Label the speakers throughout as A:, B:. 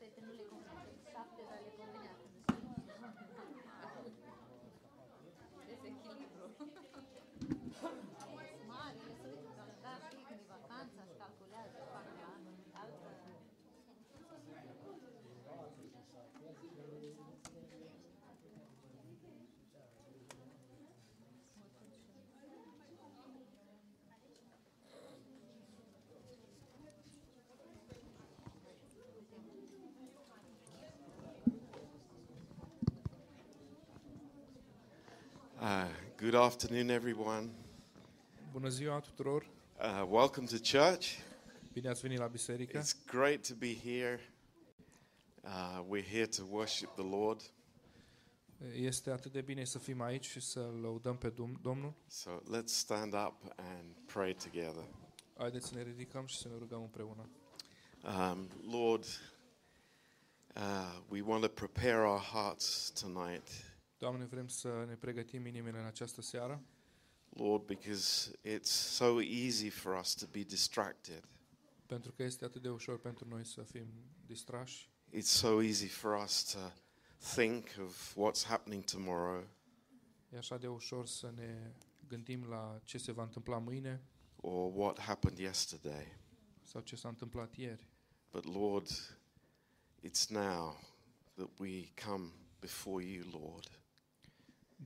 A: fete nu le convenea. Șapte, dar le convenea. Dezechilibru. Marele se uită la da, știi, când e vacanța, își calculează, fac la altă.
B: Uh, good afternoon, everyone.
C: Bună ziua tuturor!
B: Uh, welcome to church.
C: Bine ați venit la biserică!
B: It's great to be here. Uh, we're here to worship the Lord.
C: Este atât de bine să fim aici și să lăudăm pe Dum- Domnul.
B: So let's stand up and pray together.
C: Haideți să ne ridicăm și să ne rugăm împreună.
B: Um, Lord, uh, we want to prepare our hearts tonight,
C: Doamne, vrem să ne pregătim inimile în această seară.
B: Lord, because it's so easy for us to be distracted.
C: Pentru că este atât de ușor pentru noi să fim distrași.
B: It's so easy for us to think of what's happening tomorrow
C: E așa de ușor să ne gândim la ce se va întâmpla mâine
B: or what happened yesterday.
C: sau ce s-a întâmplat ieri.
B: But Lord, it's now that we come before you, Lord.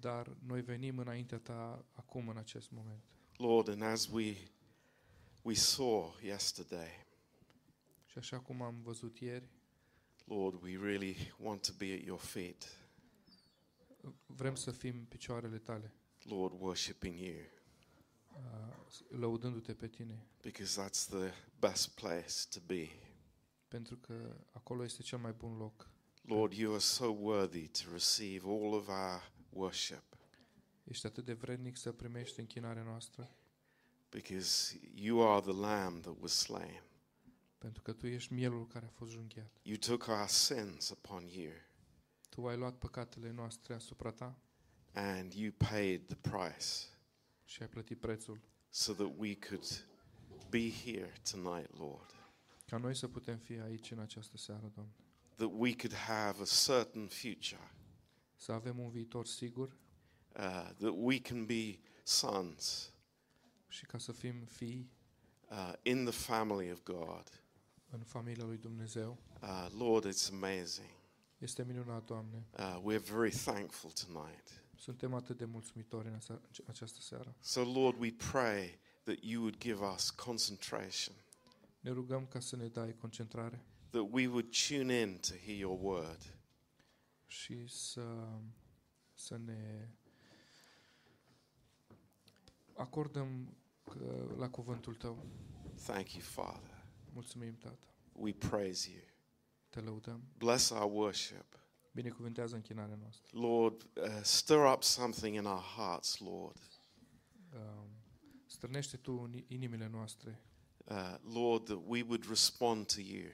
C: Dar noi venim înaintea ta acum, în acest moment.
B: Lord, and as we we saw yesterday,
C: Și așa cum am văzut ieri,
B: Lord, we really want to be at your feet,
C: vrem să fim picioarele tale,
B: Lord, worshiping you,
C: a, lăudându-te pe tine.
B: because that's the best place to be.
C: pentru că acolo este cel mai bun loc.
B: Lord, you are so worthy to receive all of our worship
C: Ești atât de vrednic să primești închinarea noastră,
B: because you are the lamb that was slain.
C: pentru că tu ești mielul care a fost junghiat.
B: You took our sins upon you
C: Tu ai luat păcatele noastre asupra ta
B: and you paid the price.
C: și ai plătit prețul
B: so that we could be here tonight, Lord.
C: ca noi să putem fi aici în această seară, Doamne.
B: That we could have a certain future,
C: Să avem un viitor sigur
B: uh, that we can be sons
C: și ca să fim fii
B: uh, in the family of God.
C: în familia lui Dumnezeu.
B: Uh, Lord, it's amazing.
C: Este minunat, Doamne.
B: Uh, we're very thankful tonight.
C: Suntem atât de mulțumitori în asea- în această seară.
B: So, Lord, we pray that you would give us concentration,
C: Ne rugăm ca să ne dai concentrare
B: that we would tune in to hear your word,
C: și să, să ne acordăm că- la cuvântul tău.
B: Thank you, Father.
C: Mulțumim, Tată.
B: We praise you.
C: Te lăudăm.
B: Bless our worship.
C: Binecuvântează închinarea noastră.
B: Lord, uh, stir up something in our hearts, Lord.
C: Um, Strânește tu în inimile noastre
B: uh, Lord, that we would respond to you,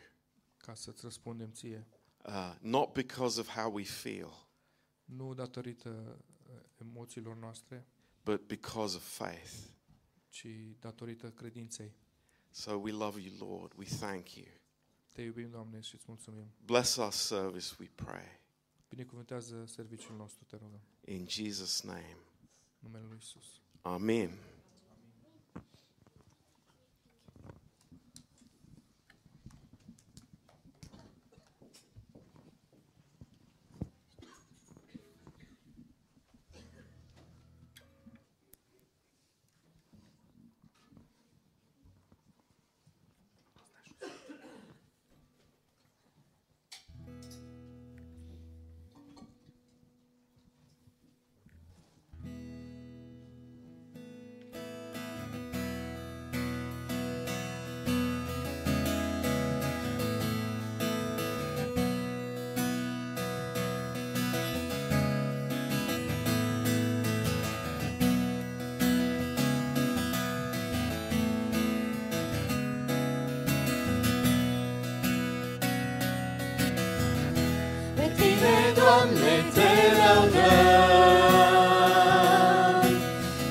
C: ca să-ți răspundem ție.
B: uh, not because of how we feel,
C: Nu datorită uh, emoțiilor noastre,
B: but because of faith.
C: ci datorită credinței.
B: So we love you, Lord. We thank you.
C: Te iubim, Doamne, și îți mulțumim.
B: Bless our service, we pray.
C: Binecuvântează serviciul nostru, te rugăm.
B: In Jesus' name,
C: În Numele lui Isus.
B: Amen.
D: Pe tine, Doamne, te lăudăm.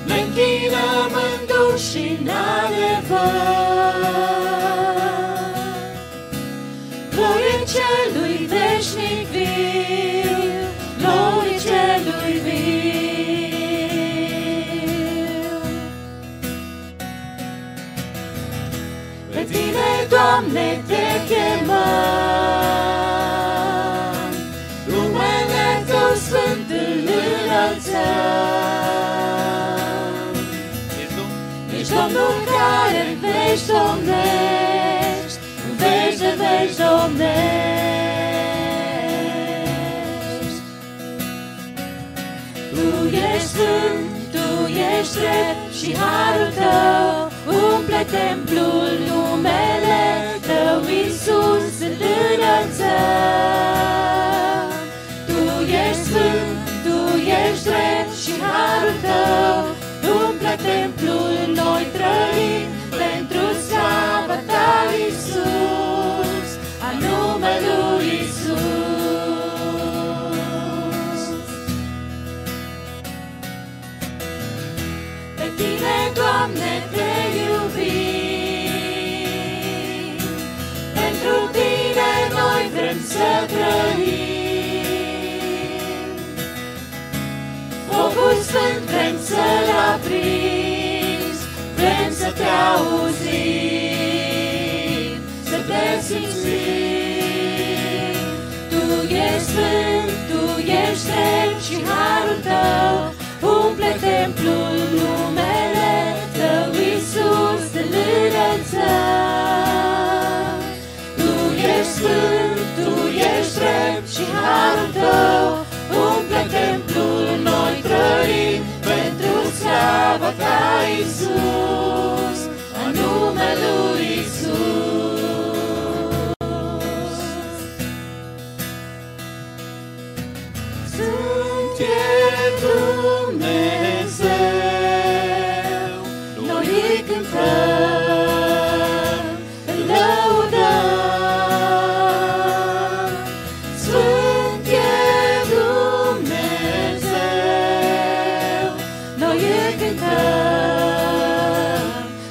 D: Ne închinăm în duh și în adevăr. Glorie celui Doamne, te chemăm, numele Tău sfânt îl înălțăm. Ești Domnul care în veci domnești, în veci de veci domnești. Tu ești sfânt, Tu ești drept și harul Tău umple templul numele Tău, Iisus, îl înălțăm. Tu ești sfânt, Tu ești drept și harul Tău umple templul, noi trăim pentru slava Ta, Iisus, a numelui Iisus. Pe tine, Doamne, te iubim. Pentru tine noi vrem să trăim. Focul sfânt vrem să-l aprinzi, vrem să te auzim, să te simțim. Tu ești sfânt, tu ești drept și harul tău umple templul numele tău, Iisus, îl înălțăm. Tu ești sfânt, tu ești drept și harul tău umple templul, noi trăim pentru slava ta, Iisus, în numele lui Iisus. Sunt e Dumnezeu, noi îi cântăm, îl lăudăm. Sunt e Dumnezeu, noi îi cântăm,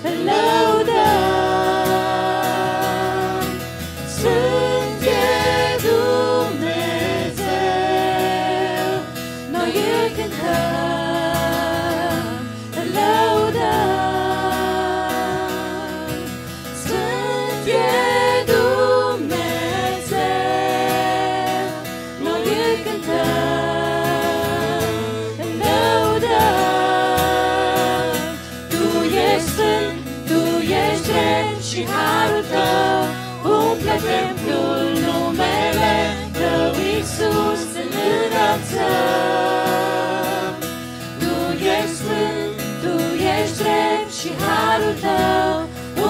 D: îl lăudăm. Sfânt e Dumnezeu, noi îl cântăm, îl lăudăm. Sfânt e Dumnezeu, noi îl cântăm, îl lăudăm. Tu ești sfânt, tu ești drept și harul tău umple templul numele tău, Iisus, în înălțăm. Tu ești sfânt, tu ești drept și harul tău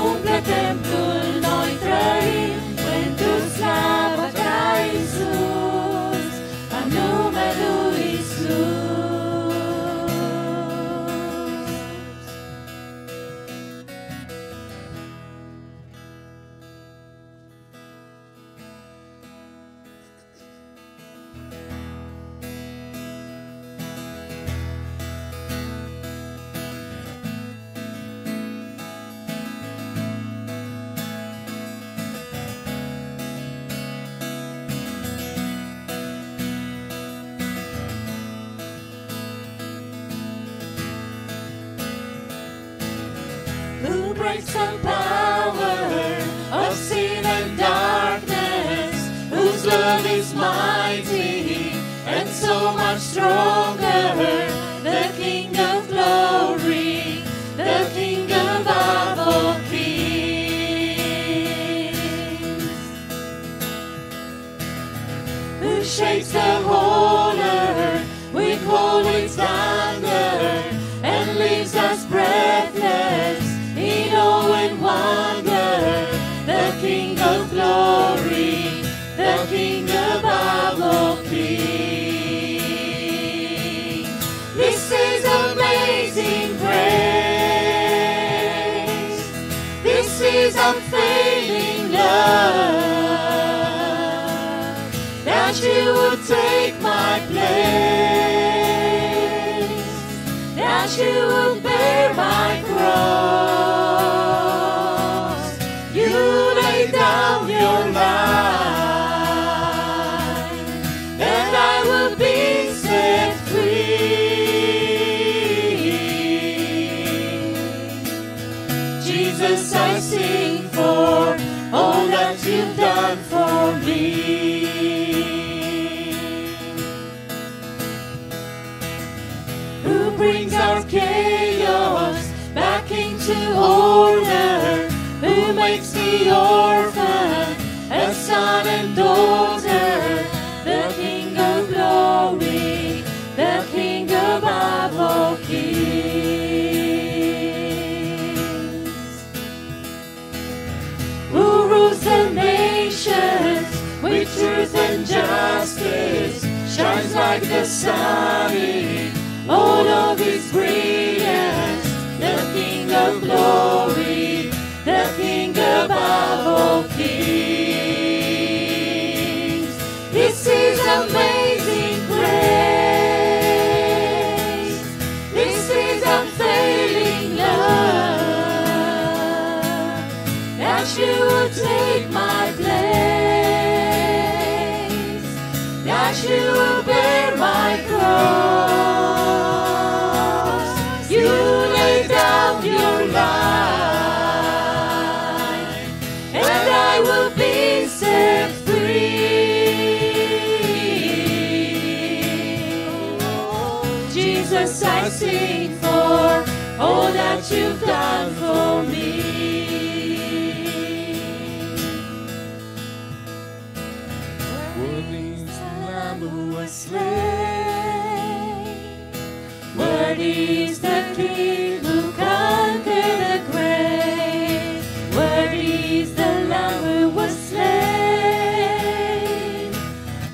D: umple templul, noi trăim pentru slava ta, Iisus, în numele lui Iisus. who breaks the power of sin and darkness, whose love is mighty and so much stronger. The King of glory, the King of all kings who shakes the whole earth with holy thunder and leaves us breathless in awe and wonder. The King of glory, the King above all kings. This is amazing grace. This is unfailing love that you would take my place, that you would bear my cross. You lay down your life, and I will be set free. Jesus, I sing for all you've done for me. Who brings our chaos back into order? Who makes the orphan a son and daughter? The King of glory, the King of all kings who rules the nations with truth and justice, shines like the sun in all of his brilliance. The King of glory, the King above all kings. This is amazing grace. This is unfailing love that you would take my place, that you would bear my cross. You lay down your life, and I will be set free. Jesus, I sing for all that you've done for me.
C: Worthy is the Lamb who was
D: slain. Worthy is the King who conquered the grave. Worthy is the Lamb who was slain.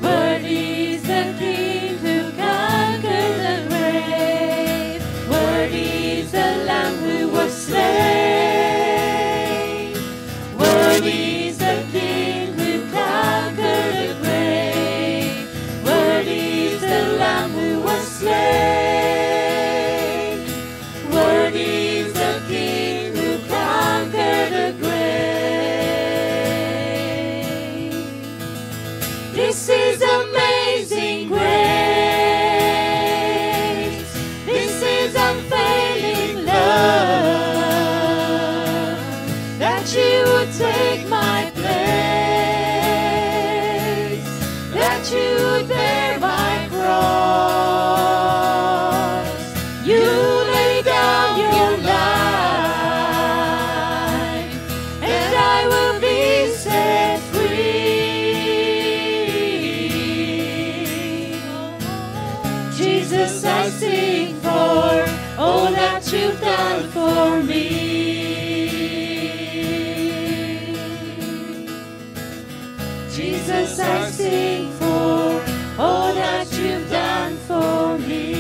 D: Worthy is the King who conquered the grave. Worthy is the Lamb who was slain. Worthy is the King who conquered the grave. Worthy is the Lamb who was slain. Worthy is the King who conquered the grave. This is amazing grace. This is unfailing love that you would take my place, that you would bear my cross. You lay down your life, and I will be set free. Jesus, I sing for all that you've done for me. Jesus, I sing for all that you've done for me.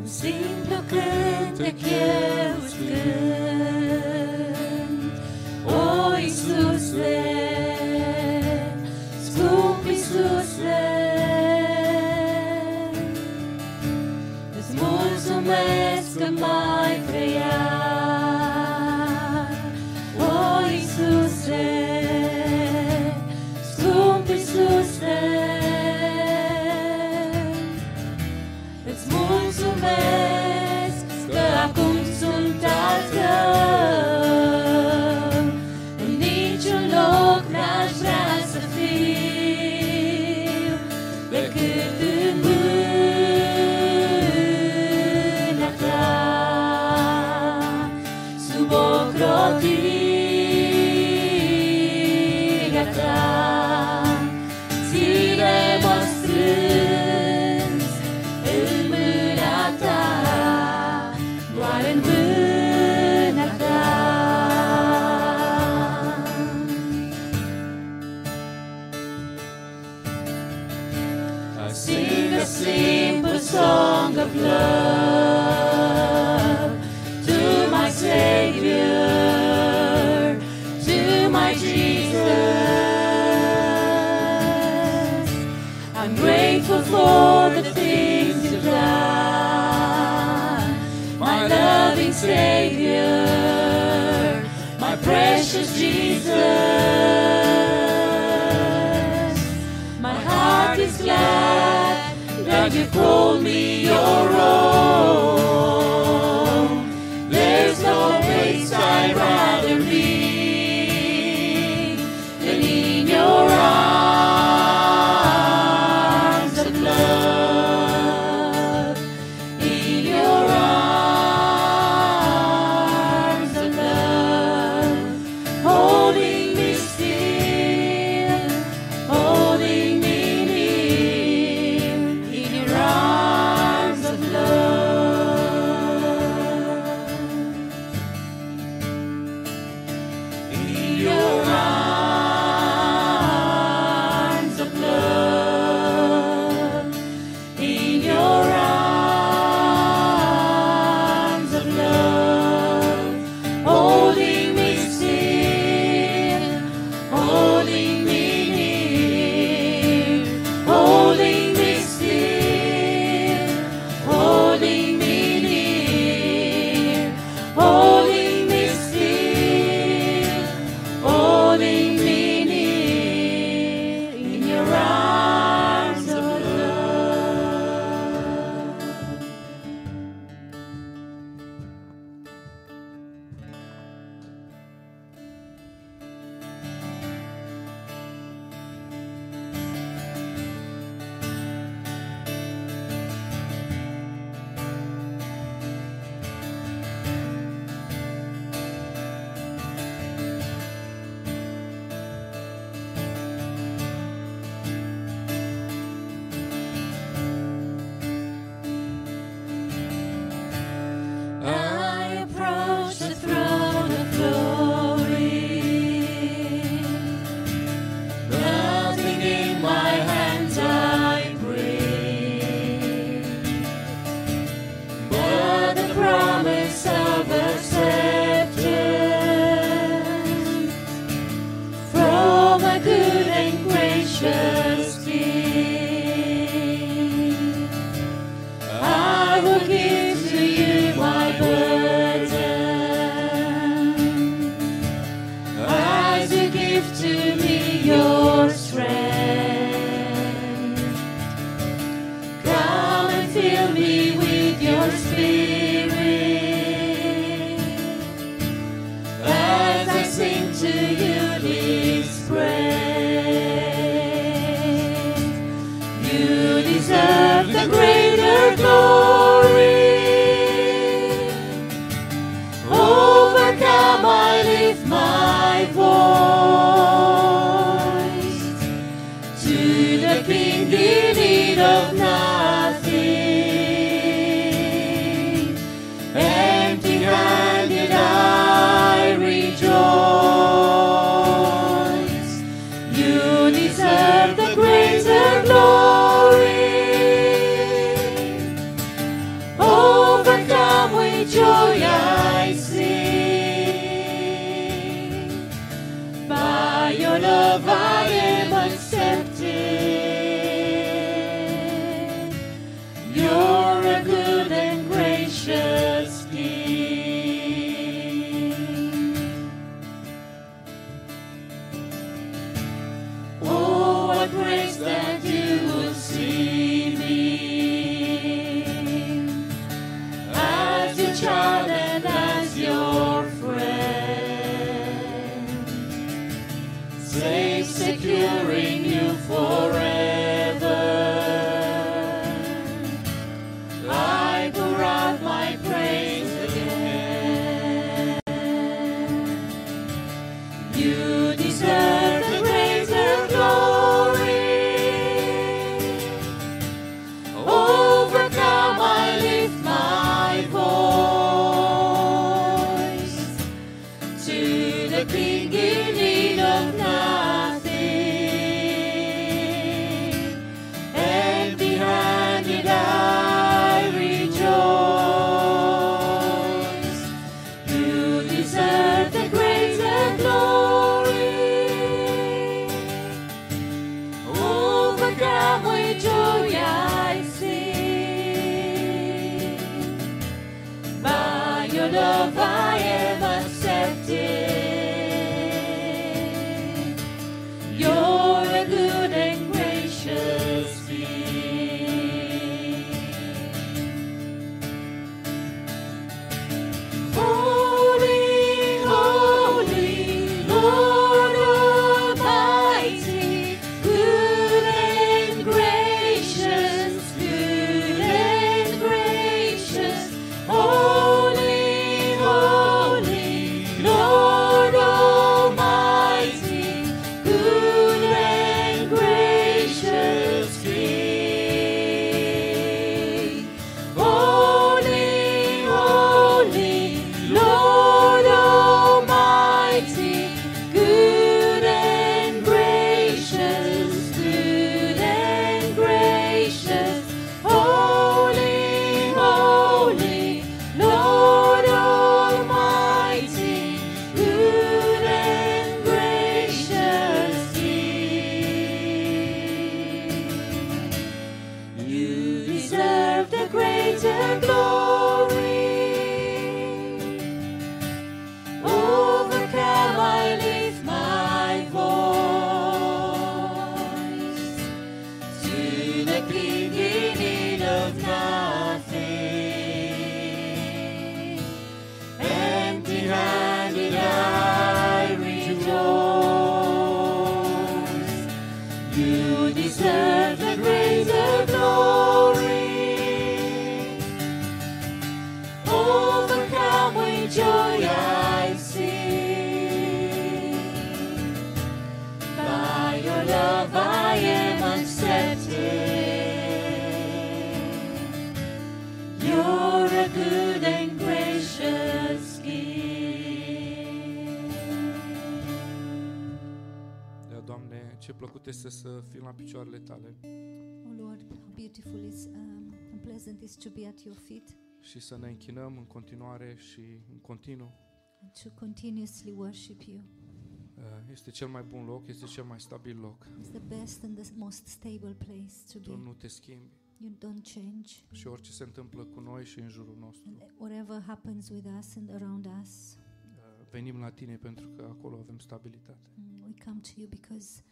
D: Un simplu cântec eu îți cânt, O Iisuse, scump Iisuse, Îți mulțumesc că m-ai creat, O Iisuse, scump Iisuse, Îți mulțumesc că acum sunt al tău În niciun loc n-aș vrea să fiu Decât în mâna ta Sub ocrotirea ta Ține-mă of love to my Savior, to my Jesus. I'm grateful for the things you've done, my loving Savior, my precious Jesus. My heart is glad that you call me your own. There's no place I'd rather be than in your arms of love. In your arms of love, holding me still holding me near in your arms of love. In your arms of love. In your arms of love, holding me still, holding me near, holding me still, holding me near, holding me still, holding me near in your arms oh, of love. I approach the throne of glory. Nothing in my hands I bring, but the promise of acceptance from a good and gracious King. I will give to you my burden as you give to me your strength. Come and fill me with your spirit as I sing to you this praise. You deserve the greater glory. Overcome, I lift my voice to the King in need of nothing. Empty-handed, I rejoice. You deserve the greater glory. Overcome with joy, I sing. By your love, I am accepted. You're a good and gracious King. Oh, what grace that you would see me as your child and as your friend, safe, securing you forever. I pour out my praise again. You deserve the greater glory. Overcome, I lift my voice to the King in need of nothing. Empty-handed, I rejoice.
C: ce plăcut este să fim la picioarele tale
E: Oh Lord, how beautiful is um, and pleasant is to be at your feet
C: și să ne închinăm în continuare și în continuu.
E: and to continuously worship you.
C: Uh, Este cel mai bun loc, este cel mai stabil loc.
E: It's the best and the most stable place to
C: Tu
E: be.
C: nu te schimbi
E: You don't change.
C: și orice se întâmplă cu noi și în jurul
E: And
C: nostru.
E: whatever happens with us and around us,
C: Uh, Venim la tine pentru că acolo avem stabilitate.
E: mm, we come to you because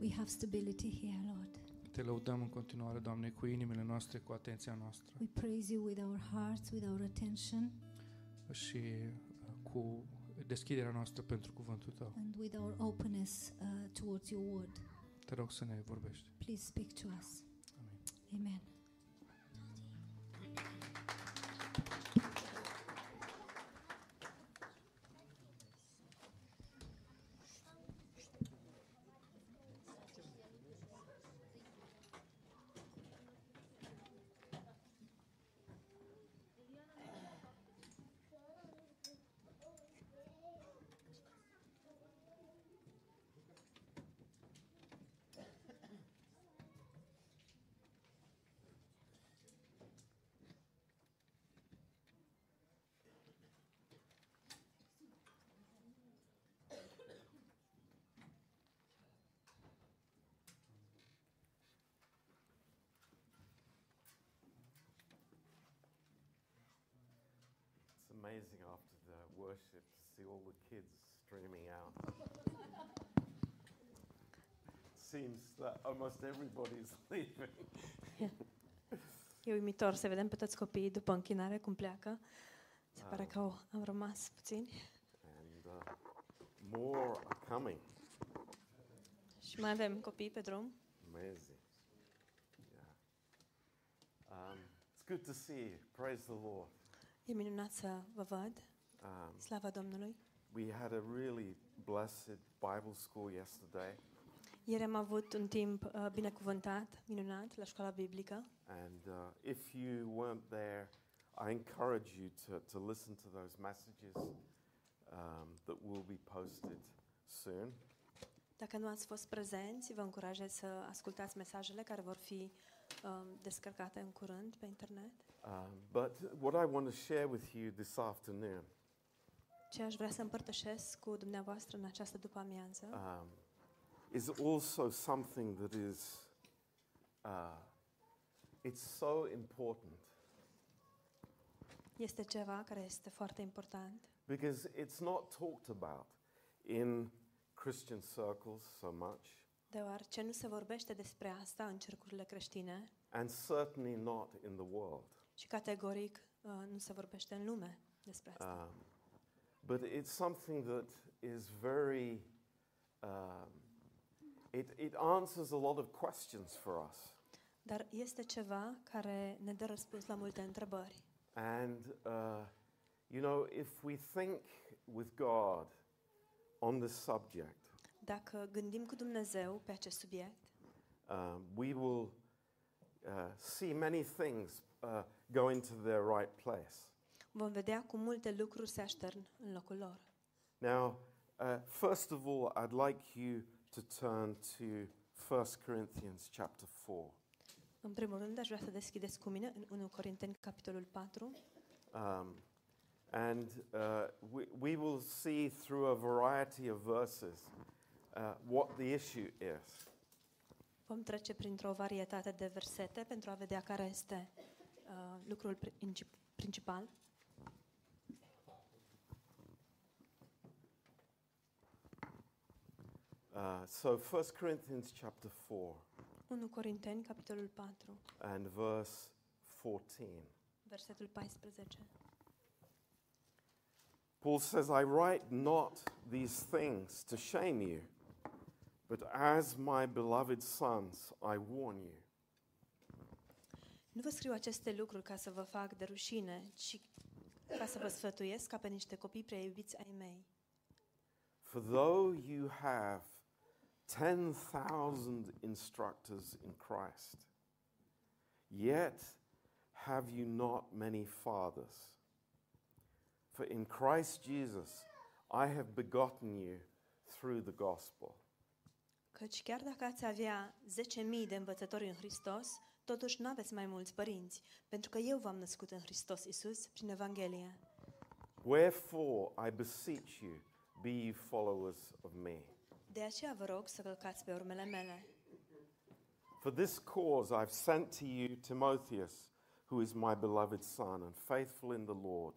E: we have stability here, Lord.
C: Te lăudăm în continuare, Doamne, cu inimile noastre, cu atenția noastră
E: We praise you with our hearts, with our attention,
C: și uh, cu deschiderea noastră pentru cuvântul tău.
E: and with our openness uh, towards your word.
C: Te rog să ne vorbești.
E: Please speak to us.
C: Amen.
E: Amen.
B: It's amazing after the worship to see all the kids streaming out. Seems that almost everybody's leaving.
F: E uimitor să vedem pe toți copiii după închinare cum pleacă. Se pare
B: Ah.
F: că au, au rămas puțini.
B: And uh, more are coming.
F: Și mai avem copii pe drum.
B: Amazing. Yeah. Um, it's good to see you. Praise the Lord.
F: E minunat să vă văd.
B: Um,
F: Slava Domnului!
B: we had a really blessed Bible school yesterday,
F: Ieri am avut un timp uh, binecuvântat, minunat, la școala biblică.
B: and uh, if you weren't there, I encourage you to, to listen to those messages um, that will be posted soon.
F: Dacă nu ați fost prezenți, vă încurajez să ascultați mesajele care vor fi um, descărcate în curând pe internet.
B: Um, but what I want to share with you this afternoon
F: Ce aș vrea să împărtășesc cu dumneavoastră în această după-amiază
B: um, is also something that is uh, it's so important
F: este ceva care este foarte important.
B: because it's not talked about in Christian circles so much,
F: Deoarece nu se vorbește despre asta în cercurile creștine
B: and certainly not in the world.
F: și categoric uh, nu se vorbește în lume despre asta.
B: Um, but it's something that is very um, it, it answers a lot of questions for us.
F: Dar este ceva care ne dă răspuns la multe întrebări.
B: And, uh, you know, if we think with God on this subject,
F: Dacă gândim cu Dumnezeu pe acest subiect,
B: um, we will uh, see many things uh, go into their right place.
F: vom vedea cum multe lucruri se aștern în locul lor.
B: Now, uh, first of all, I'd like you to turn to 1 Corinthians chapter 4.
F: În primul rând, aș vrea să deschideți cu mine în 1 Corinteni, capitolul 4.
B: Um, and uh, we, we will see through a variety of verses uh, what the issue is.
F: Vom trece printr-o varietate de versete pentru a vedea care este uh, lucrul princip- principal.
B: Uh, so 1 Corinthians chapter 4
F: 1 Corinteni, capitolul 4,
B: and verse 14.
F: versetul 14.
B: Paul says, I write not these things to shame you, but as my beloved sons, I warn you.
F: Nu vă scriu aceste lucruri ca să vă fac de rușine, ci ca să vă sfătuiesc ca pe niște copii prea iubiți ai mei.
B: For though you have 10,000 instructors in Christ, yet have you not many fathers. For in Christ Jesus I have begotten you through the gospel.
F: Căci chiar dacă ați avea 10.000 de învățători în Hristos, totuși nu aveți mai mulți părinți, pentru că eu v-am născut în Hristos Isus prin Evanghelie.
B: Wherefore, I beseech you, be ye followers of me.
F: De aceea vă rog să călcați pe urmele mele.
B: For this cause I've sent to you Timotheus, who is my beloved son and faithful in the Lord,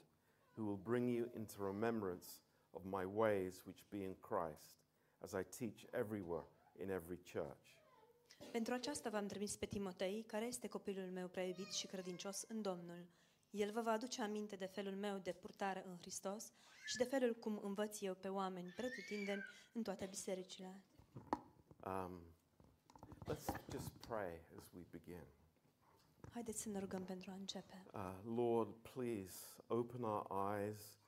B: who will bring you into remembrance of my ways which be in Christ, as I teach everywhere in every church.
F: Pentru aceasta v-am trimis pe Timotei, care este copilul meu prea iubit și credincios în Domnul. El vă va aduce aminte de felul meu de purtare în Hristos și de felul cum învăț eu pe oameni pretutindeni în toate bisericile.
B: Um, let's just pray as we begin.
F: Haideți să ne rugăm pentru a începe.
B: Uh, Lord, please open our eyes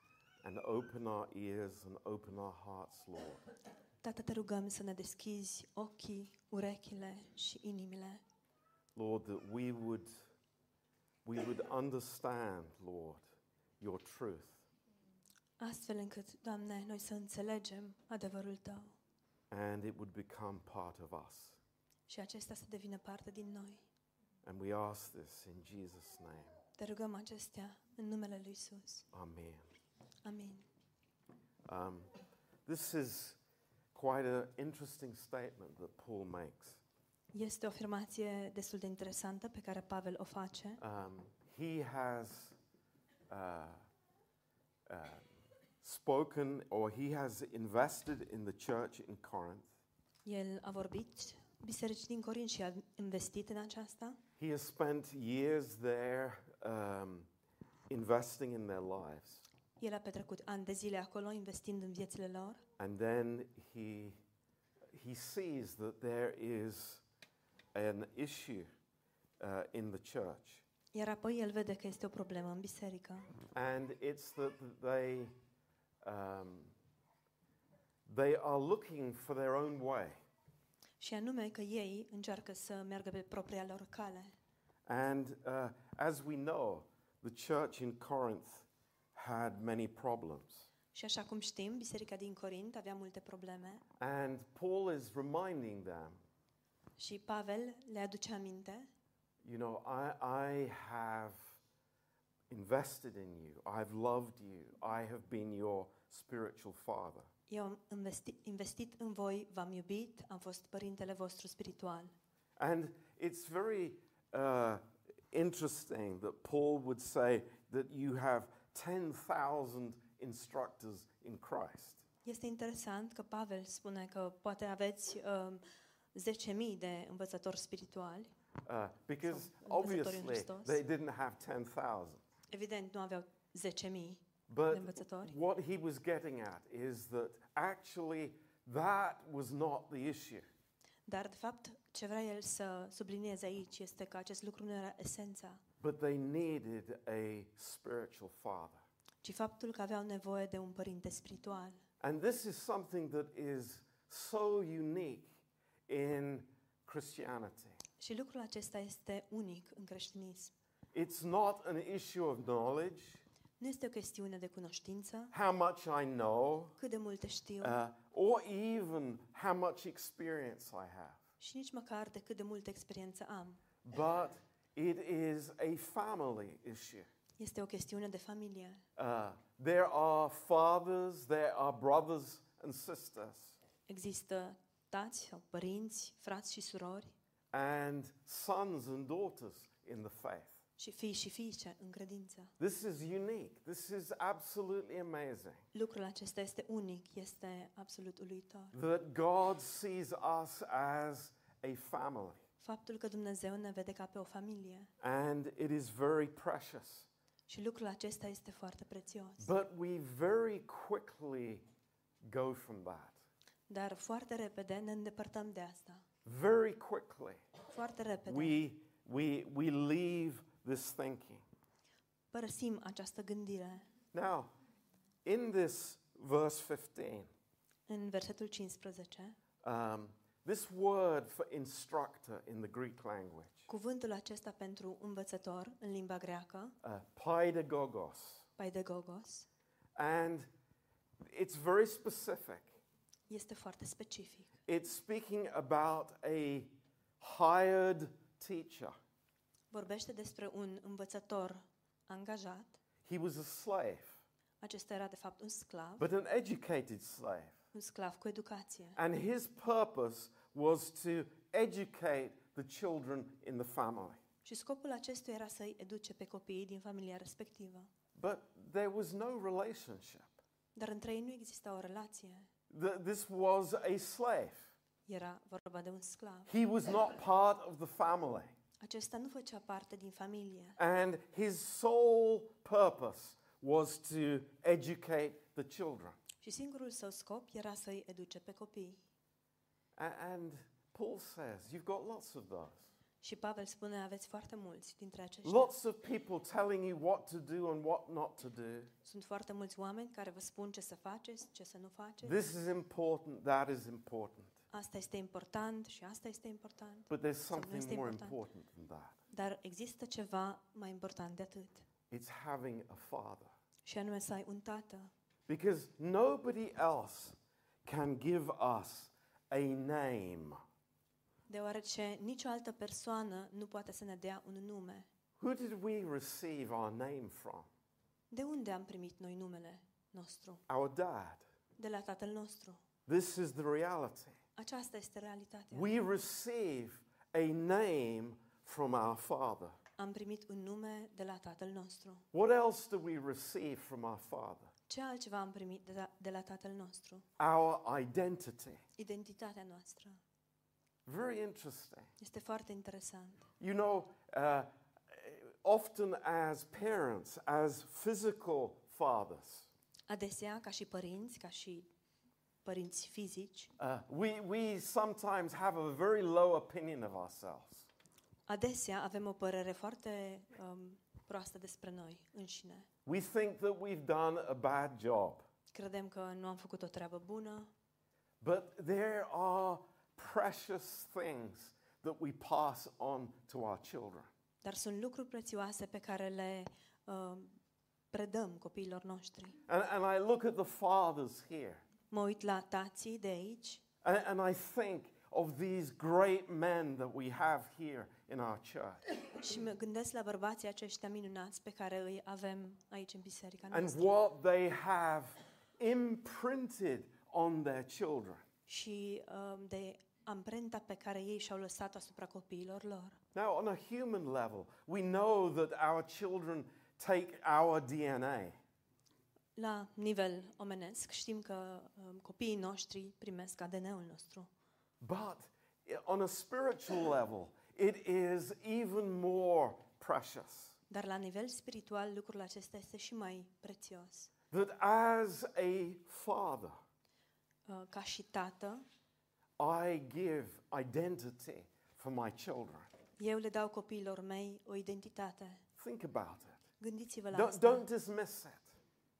B: and open our ears and open our hearts, Lord.
F: Tată, te rugăm să ne deschizi ochii, urechile și inimile.
B: Lord, that we would, we would understand, Lord, your truth
F: Astfel încât, Doamne, noi să înțelegem adevărul Tău
B: and it would become part of us.
F: și acesta să devină parte din noi.
B: And we ask this in Jesus' name.
F: Te rugăm acestea în numele Lui Isus.
B: Amen.
F: Amin.
B: Um, this is quite an interesting statement that Paul makes.
F: Este o afirmație destul de interesantă pe care Pavel o face.
B: Um, he has uh, um, spoken or he has invested in the church in Corinth.
F: El a vorbit bisericii din Corint și a investit în aceasta.
B: He has spent years there um, investing in their lives.
F: El a petrecut ani de zile acolo investind în viețile lor
B: And then he, he sees that there is an issue uh, in the church.
F: Iar apoi el vede că este o problemă în biserică.
B: And it's that they, um, they are looking for their own way.
F: Și anume că ei încearcă să meargă pe propria lor cale.
B: And uh, as we know, the church in Corinth had many problems.
F: Și așa cum știm, biserica din Corint avea multe probleme
B: And Paul is reminding them,
F: și Pavel le aduce aminte.
B: you know, I, I have invested in you, I've loved you, I have been your spiritual father.
F: Eu am investi- investit în voi, v-am iubit, am fost părintele vostru spiritual.
B: And it's very uh, interesting that Paul would say that you have 10,000 instructors in Christ.
F: Este interesant că Pavel spune că poate aveți um, 10.000 de învățători spirituali.
B: Uh, because
F: Some
B: obviously
F: învățători
B: they didn't have 10,000.
F: Evident, nu aveau 10.000.
B: But
F: învățători.
B: what he was getting at is that actually that was not the issue.
F: Dar, de fapt, ce vrea el să sublinieze aici este că acest lucru nu era esența,
B: But they needed a spiritual father.
F: ci faptul că aveau nevoie de un părinte spiritual.
B: And this is something that is so unique in Christianity.
F: Și lucrul acesta este unic în creștinism.
B: It's not an issue of knowledge,
F: Nu este o chestiune de cunoștință,
B: how much I know,
F: cât de multe știu,
B: uh, or even how much experience I have,
F: și nici măcar de cât de multă experiență am.
B: but it is a family issue.
F: Este o chestiune de familie.
B: Uh, there are fathers, there are brothers and sisters,
F: Există tați sau părinți, frați și surori
B: and sons and daughters in the faith.
F: și fii și fiice în credință.
B: This is unique. This is absolutely amazing
F: Lucrul acesta este unic, este absolut uluitor.
B: that God sees us as a family,
F: Faptul că Dumnezeu ne vede ca pe o familie
B: and it is very precious.
F: și lucrul acesta este foarte prețios.
B: But we very quickly go from that.
F: Dar foarte repede ne îndepărtăm de asta.
B: Very quickly,
F: Foarte repede
B: we, we, we leave this thinking.
F: părăsim această gândire.
B: Now, in this verse 15,
F: În versetul 15,
B: um, this word for instructor in the Greek language,
F: cuvântul acesta pentru învățător în limba greacă,
B: uh, paedagogos,
F: paidagogos,
B: and it's very specific.
F: este foarte specific.
B: It's speaking about a hired teacher.
F: Vorbește despre un învățător angajat.
B: He was a slave,
F: Acesta era de fapt un sclav,
B: but an educated slave.
F: un sclav cu educație.
B: And his purpose was to educate the children in the family.
F: Și scopul acestuia era să-i educe pe copiii din familia respectivă.
B: But there was no relationship.
F: Dar între ei nu exista o relație.
B: Th- This was a slave.
F: Era vorba de un sclav.
B: He was not part of the family.
F: Acesta nu făcea parte din familie
B: And his sole purpose was to educate the children.
F: și singurul său scop era să-i educe pe copii.
B: A- And Paul says, You've got lots of those.
F: Și Pavel spune, aveți foarte mulți dintre aceștia.
B: Lots of people telling you what to do and what not to do.
F: Sunt foarte mulți oameni care vă spun ce să faceți, ce să nu faceți.
B: This is important, that is important.
F: Asta este important și asta este important.
B: But there's something
F: Something este
B: more
F: important.
B: important than that.
F: Dar există ceva mai important de atât.
B: It's having a father.
F: Și anume să ai un tată.
B: Because nobody else can give us a name.
F: Deoarece nicio altă persoană nu poate să ne dea un nume.
B: Who did we receive our name from?
F: De unde am primit noi numele nostru?
B: Our dad.
F: De la tatăl nostru.
B: This is the reality.
F: Aceasta este realitatea.
B: We receive a name from our father.
F: Am primit un nume de la tatăl nostru.
B: What else do we receive from our father?
F: Ce altceva am primit de la, de la tatăl nostru?
B: Our identity.
F: Identitatea noastră.
B: Very interesting.
F: Este foarte interesant.
B: You know, uh, often as parents, as physical fathers,
F: Adesea, ca și părinți, ca și părinți fizici,
B: uh, we, we sometimes have a very low opinion of ourselves.
F: adesea avem o părere foarte um, proastă despre noi înșine.
B: We think that we've done a bad job,
F: Credem că nu am făcut o treabă bună,
B: but there are precious things that we pass on to our children.
F: dar sunt lucruri prețioase pe care le um, predăm copiilor noștri.
B: And, and I look at the fathers here,
F: Mă uit la tații de aici
B: and, and I think of these great men that we have here in our church.
F: și mă gândesc la bărbații aceștia minunați pe care îi avem aici în biserica
B: and
F: noastră.
B: what they have imprinted on their children.
F: și um, de amprenta pe care ei și-au lăsat-o asupra copiilor lor.
B: Now, on a human level, we know that our children take our DNA,
F: La nivel omenesc știm că um, copiii noștri primesc ADN-ul nostru,
B: but i- on a spiritual level, it is even more precious
F: dar la nivel spiritual lucrul acesta este și mai prețios.
B: that as a father,
F: Uh, ca și tată,
B: I give identity for my children.
F: eu le dau copiilor mei o identitate.
B: Think about it.
F: Gândiți-vă la
B: Don't,
F: asta.
B: don't dismiss it.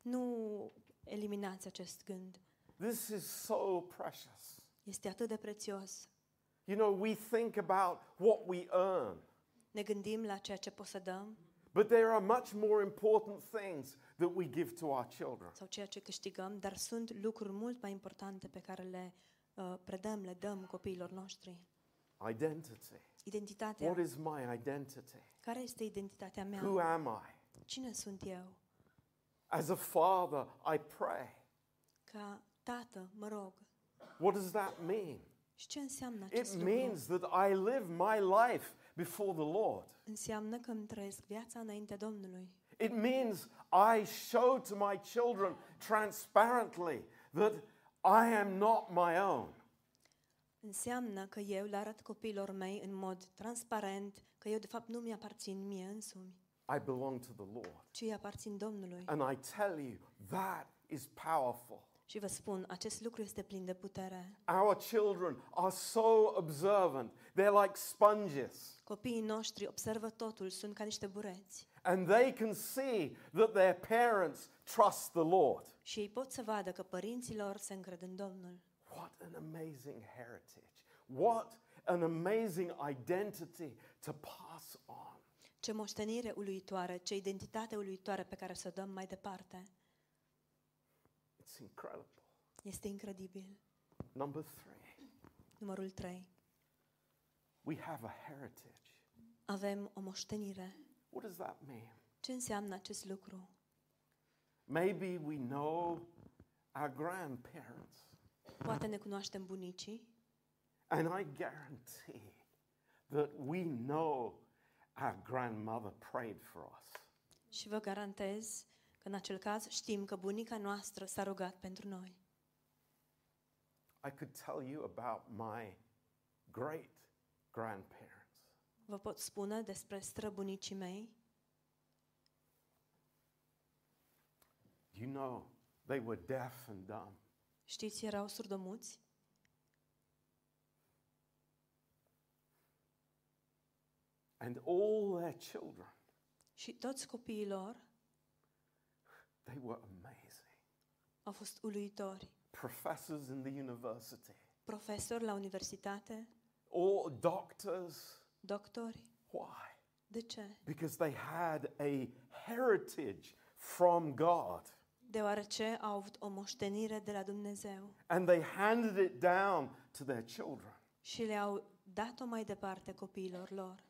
F: Nu eliminați acest gând.
B: This is so precious.
F: Este atât de prețios.
B: You know, we think about what we earn,
F: Ne gândim la ceea ce posedăm
B: but there are much more important things that we give to our children.
F: sau ceea ce câștigăm, dar sunt lucruri mult mai importante pe care le uh, predăm, le dăm copiilor noștri.
B: Identity.
F: Identitatea.
B: What is my identity?
F: Care este identitatea mea?
B: Who am I?
F: Cine sunt eu?
B: As a father, I pray.
F: Ca tată, mă rog.
B: What does that mean?
F: Și ce înseamnă
B: It
F: acest lucru?
B: means that I live my life before the Lord.
F: Înseamnă că îmi trăiesc viața înaintea Domnului.
B: It means I show to my children transparently that I am not my own.
F: Înseamnă că eu le arăt copiilor mei în mod transparent că eu de fapt nu mi-aparțin mie însumi,
B: I belong to the Lord.
F: ci îi aparțin Domnului.
B: And I tell you, that is powerful.
F: Și vă spun, acest lucru este plin de putere.
B: Our children are so observant. They're like sponges.
F: Copiii noștri observă totul, sunt ca niște bureți.
B: And they can see that their parents trust the Lord.
F: Și ei pot să vadă că părinților se încred în Domnul.
B: What an amazing heritage. What an amazing identity to pass on.
F: Ce moștenire uluitoare, ce identitate uluitoare pe care să o dăm mai departe.
B: It's incredible.
F: Este incredibil.
B: Number three,
F: Numărul 3.
B: we have a heritage.
F: Avem o moștenire.
B: What does that mean?
F: Ce înseamnă acest lucru?
B: Maybe we know our grandparents,
F: Poate ne cunoaștem bunicii
B: and I guarantee that we know our grandmother prayed for us.
F: și vă garantez că în acel caz știm că bunica noastră s-a rugat pentru noi.
B: I could tell you about my great grandparents.
F: Vă pot spune despre străbunicii mei.
B: You know, they were deaf and dumb.
F: Știți, erau surdomuți.
B: And all their children,
F: Și toți copiii lor
B: they were amazing.
F: au fost uluitori.
B: Professors in the university,
F: Profesori la universitate,
B: all doctors.
F: doctori.
B: Why?
F: De ce?
B: Because they had a heritage from God
F: Deoarece au avut o moștenire de la Dumnezeu
B: and they handed it down to their children.
F: și le-au dat-o mai departe copiilor lor.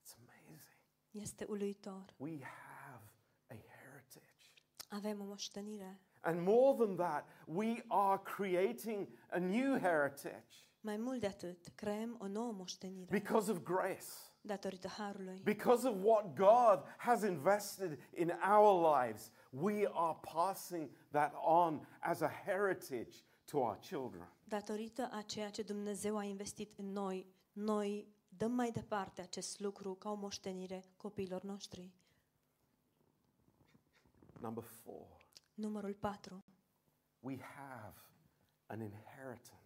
B: It's amazing.
F: Este uluitor.
B: We have a heritage.
F: Avem o moștenire.
B: And more than that, we are creating a new heritage
F: Mai mult de atât, creăm o nouă moștenire
B: because of grace,
F: datorită harului.
B: because of what God has invested in our lives. We are passing that on as a heritage to our children.
F: Datorită a ceea ce Dumnezeu a investit în noi, noi dăm mai departe acest lucru ca o moștenire copiilor noștri.
B: Number four,
F: Numărul 4.
B: we have an inheritance.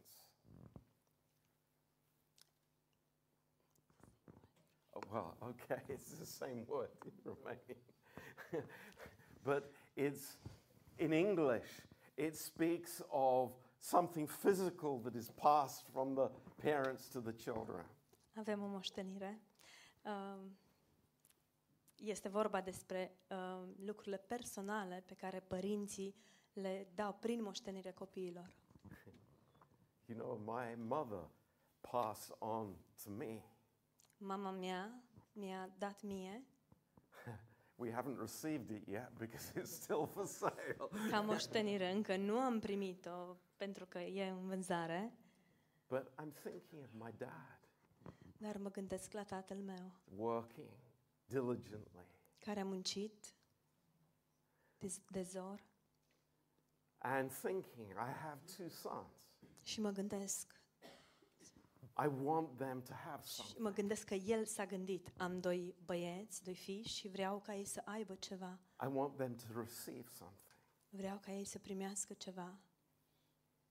B: Oh, well, okay, it's the same word in Romanian. but it's in English, it speaks of something physical that is passed from the parents to the children.
F: Avem o moștenire. Um, Este vorba despre um, lucrurile personale pe care părinții le dau prin moștenire copiilor.
B: You know, my mother passed on to me.
F: Mama mea mi-a dat mie
B: We haven't received it yet because it's still for sale.
F: ca moștenire, încă nu am primit-o pentru că e în vânzare,
B: But I'm thinking of my dad
F: dar mă gândesc la tatăl meu,
B: working diligently
F: care a muncit de, de zor
B: and thinking, I have two sons.
F: și mă gândesc,
B: I want them to have
F: și
B: something.
F: mă gândesc că el s-a gândit, am doi băieți, doi fii și vreau ca ei să aibă ceva,
B: I want them to receive something.
F: vreau ca ei să primească ceva.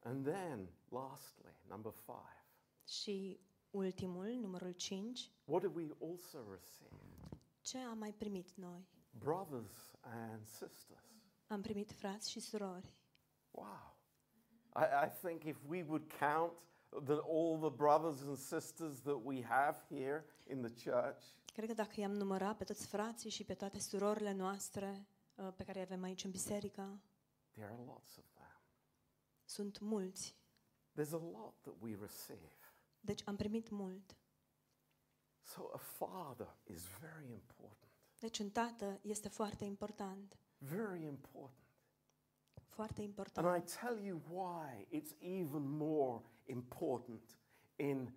B: And then, lastly, number five,
F: Și ultimul, numărul 5,
B: what do we also receive?
F: ce am mai primit noi?
B: Brothers and sisters.
F: Am primit frați și surori.
B: Wow. I, I think if we would count the, all the brothers and sisters that we have here in the church,
F: Cred că dacă i-am numărat pe toți frații și pe toate surorile noastre uh, pe care îi avem aici în biserică,
B: there are lots of them.
F: sunt mulți.
B: There's a lot that we receive.
F: Deci am primit mult.
B: So a father is very important.
F: Deci un tată este foarte important.
B: Very important.
F: Foarte
B: And I
F: important.
B: tell you why it's even more important in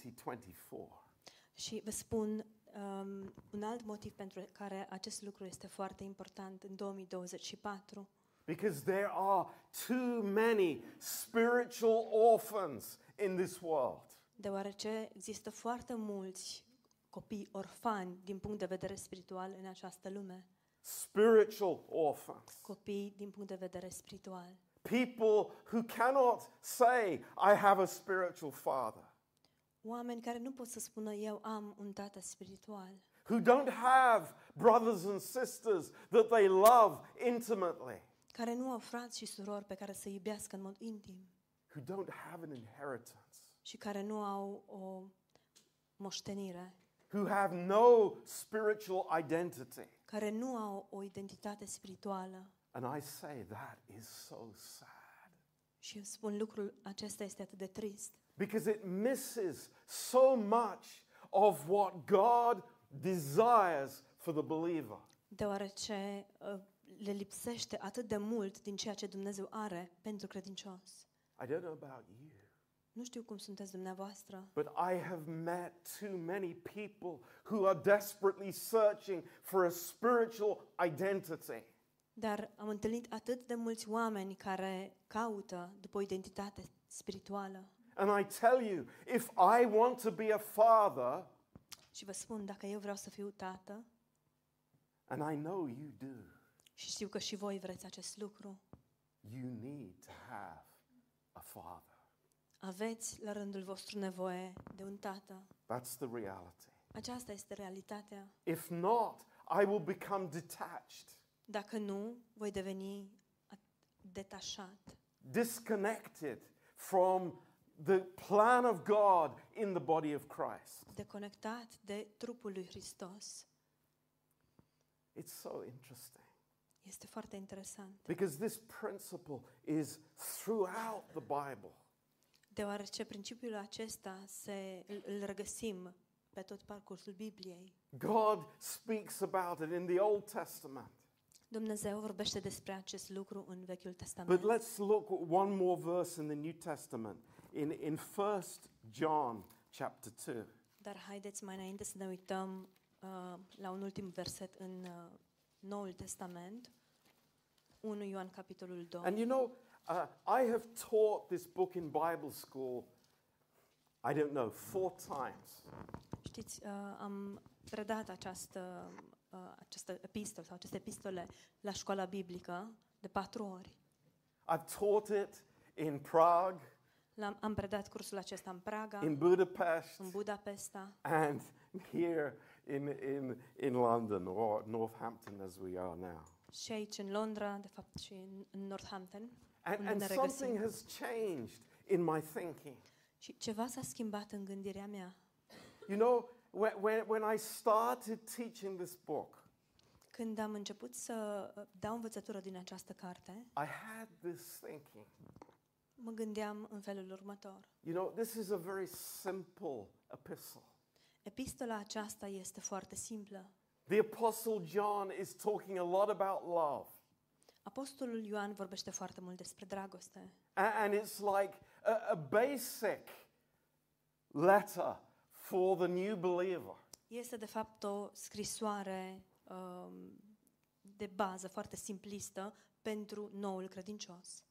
B: 2024.
F: Și vă spun um, un alt motiv pentru care acest lucru este foarte important în 2024.
B: Because there are too many spiritual orphans in this world.
F: Deoarece există foarte mulți copii orfani din punct de vedere spiritual în această lume.
B: Spiritual orphans.
F: Copii din punct de vedere spiritual.
B: People who cannot say, I have a spiritual father.
F: Oameni care nu pot să spună eu am un tată spiritual.
B: Who don't have brothers and sisters that they love intimately.
F: Care nu au frați și surori pe care să iubească în mod intim.
B: who don't have an inheritance,
F: Și care nu au o moștenire.
B: who have no spiritual identity.
F: Care nu au o identitate spirituală.
B: And I say that is so sad.
F: Și eu spun lucrul acesta este atât de trist,
B: because it misses so much of what God desires for the believer.
F: deoarece uh, le lipsește atât de mult din ceea ce Dumnezeu are pentru credincios.
B: I don't know about you,
F: Nu știu cum sunteți dumneavoastră,
B: but I have met too many people who are desperately searching for a spiritual identity.
F: dar am întâlnit atât de mulți oameni care caută după o identitate spirituală.
B: And I tell you, if I want to be a father,
F: Și vă spun, dacă eu vreau să fiu tată,
B: and I know you do,
F: și știu că și voi vreți acest lucru,
B: you need to have a father.
F: aveți la rândul vostru nevoie de un tată.
B: That's the reality.
F: Aceasta este realitatea.
B: If not, I will become detached,
F: Dacă nu, voi deveni a- detașat,
B: disconnected from the plan of God in the body of Christ.
F: deconectat de trupul lui Hristos.
B: It's so interesting
F: Este foarte interesant,
B: because this principle is throughout the Bible.
F: deoarece principiul acesta se, îl, îl regăsim pe tot parcursul Bibliei.
B: God speaks about it in the Old Testament.
F: Dumnezeu vorbește despre acest lucru în Vechiul Testament.
B: But let's look at one more verse in the New Testament in, in 1 John chapter 2.
F: Dar haideți mai înainte să ne uităm uh, la un ultim verset în uh, Noul Testament, 1 Ioan capitolul 2.
B: And you know, uh, I have taught this book in Bible school, I don't know, four times.
F: Știți, uh, am predat această, uh, această epistol sau aceste epistole la școala biblică de patru ori.
B: I've taught it in Prague,
F: L-am, am predat cursul acesta în Praga,
B: in Budapest,
F: în Budapesta
B: and here in, in, in London or Northampton as we are now.
F: și aici în Londra, de fapt și în, în Northampton.
B: And,
F: unde
B: and
F: ne
B: something
F: regăsim.
B: has changed in my thinking.
F: Și ceva s-a schimbat în gândirea mea.
B: You know, when, when, when I started teaching this book,
F: Când am început să uh, dau învățătură din această carte,
B: I had this thinking.
F: mă gândeam în felul următor.
B: You know, this is a very simple epistle.
F: Epistola aceasta este foarte simplă.
B: The Apostle John is talking a lot about love.
F: Apostolul Ioan vorbește foarte mult despre dragoste.
B: A- And it's like a, a basic letter for the new believer.
F: Este de fapt o scrisoare um, de bază foarte simplistă pentru noul credincios.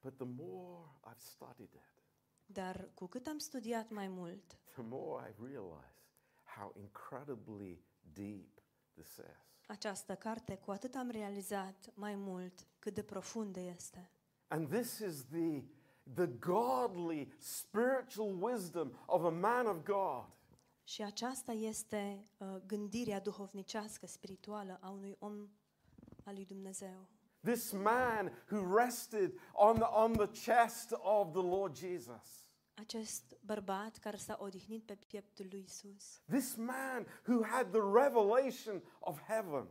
B: But the more I've studied it,
F: Dar cu cât am studiat mai mult,
B: the more I realize how incredibly deep this is.
F: această carte, cu atât am realizat mai mult cât de profundă este.
B: And this is the, the godly spiritual wisdom of a man of God.
F: Și aceasta este uh, gândirea duhovnicească, spirituală a unui om al lui Dumnezeu.
B: This man who rested on the, on the chest of the Lord Jesus.
F: Acest bărbat care s-a odihnit pe pieptul lui Isus,
B: This man who had the revelation of heaven.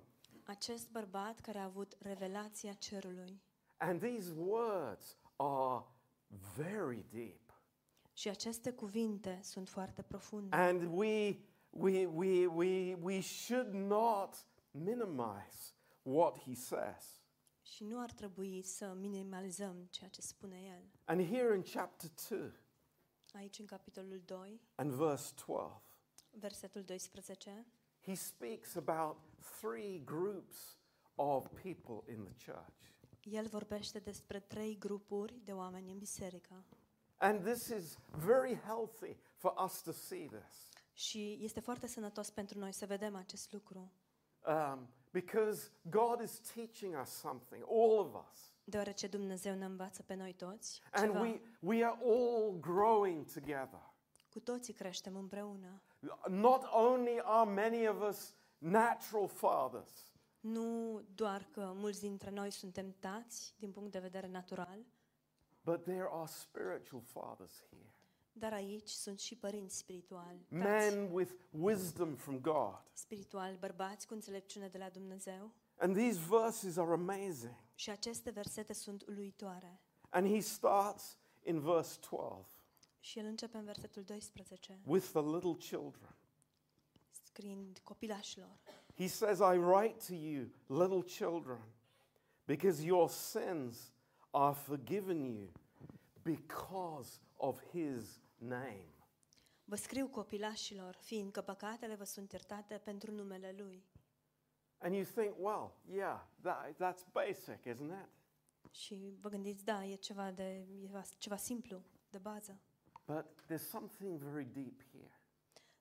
F: acest bărbat care a avut revelația cerului.
B: And these words are very deep.
F: Și aceste cuvinte sunt foarte profunde.
B: And we, we, we, we, we should not minimize what he says.
F: Și nu ar trebui să minimalizăm ceea ce spune el.
B: And here in chapter 2
F: Aici, în capitolul 2,
B: and verse 12,
F: versetul 12,
B: he speaks about three groups of people in the church.
F: el vorbește despre trei grupuri de oameni în biserică.
B: And this is very healthy for us to see this.
F: Și este foarte sănătos pentru noi să vedem acest lucru,
B: Um, because God is teaching us something, all of us.
F: deoarece Dumnezeu ne învață pe noi toți
B: And
F: ceva.
B: we, we are all growing together.
F: Cu toții creștem împreună.
B: Not only are many of us natural fathers,
F: Nu doar că mulți dintre noi suntem tați din punct de vedere natural,
B: but there are spiritual fathers here.
F: dar aici sunt și părinți spirituali, tați
B: Men with wisdom from God.
F: spirituali, bărbați cu înțelepciune de la Dumnezeu.
B: And these verses are amazing.
F: Și aceste versete sunt uluitoare.
B: And he starts in verse 12
F: Și el începe în versetul 12,
B: with the little children.
F: scriind copilașilor.
B: He says, I write to you, little children, because your sins are forgiven you because of his name.
F: Vă scriu copilașilor, fiindcă păcatele vă sunt iertate pentru numele Lui.
B: And you think, well, yeah, that, that's basic, isn't it?
F: Și vă gândiți, da, e ceva, de, e va- ceva simplu, de bază.
B: But there's something very deep here.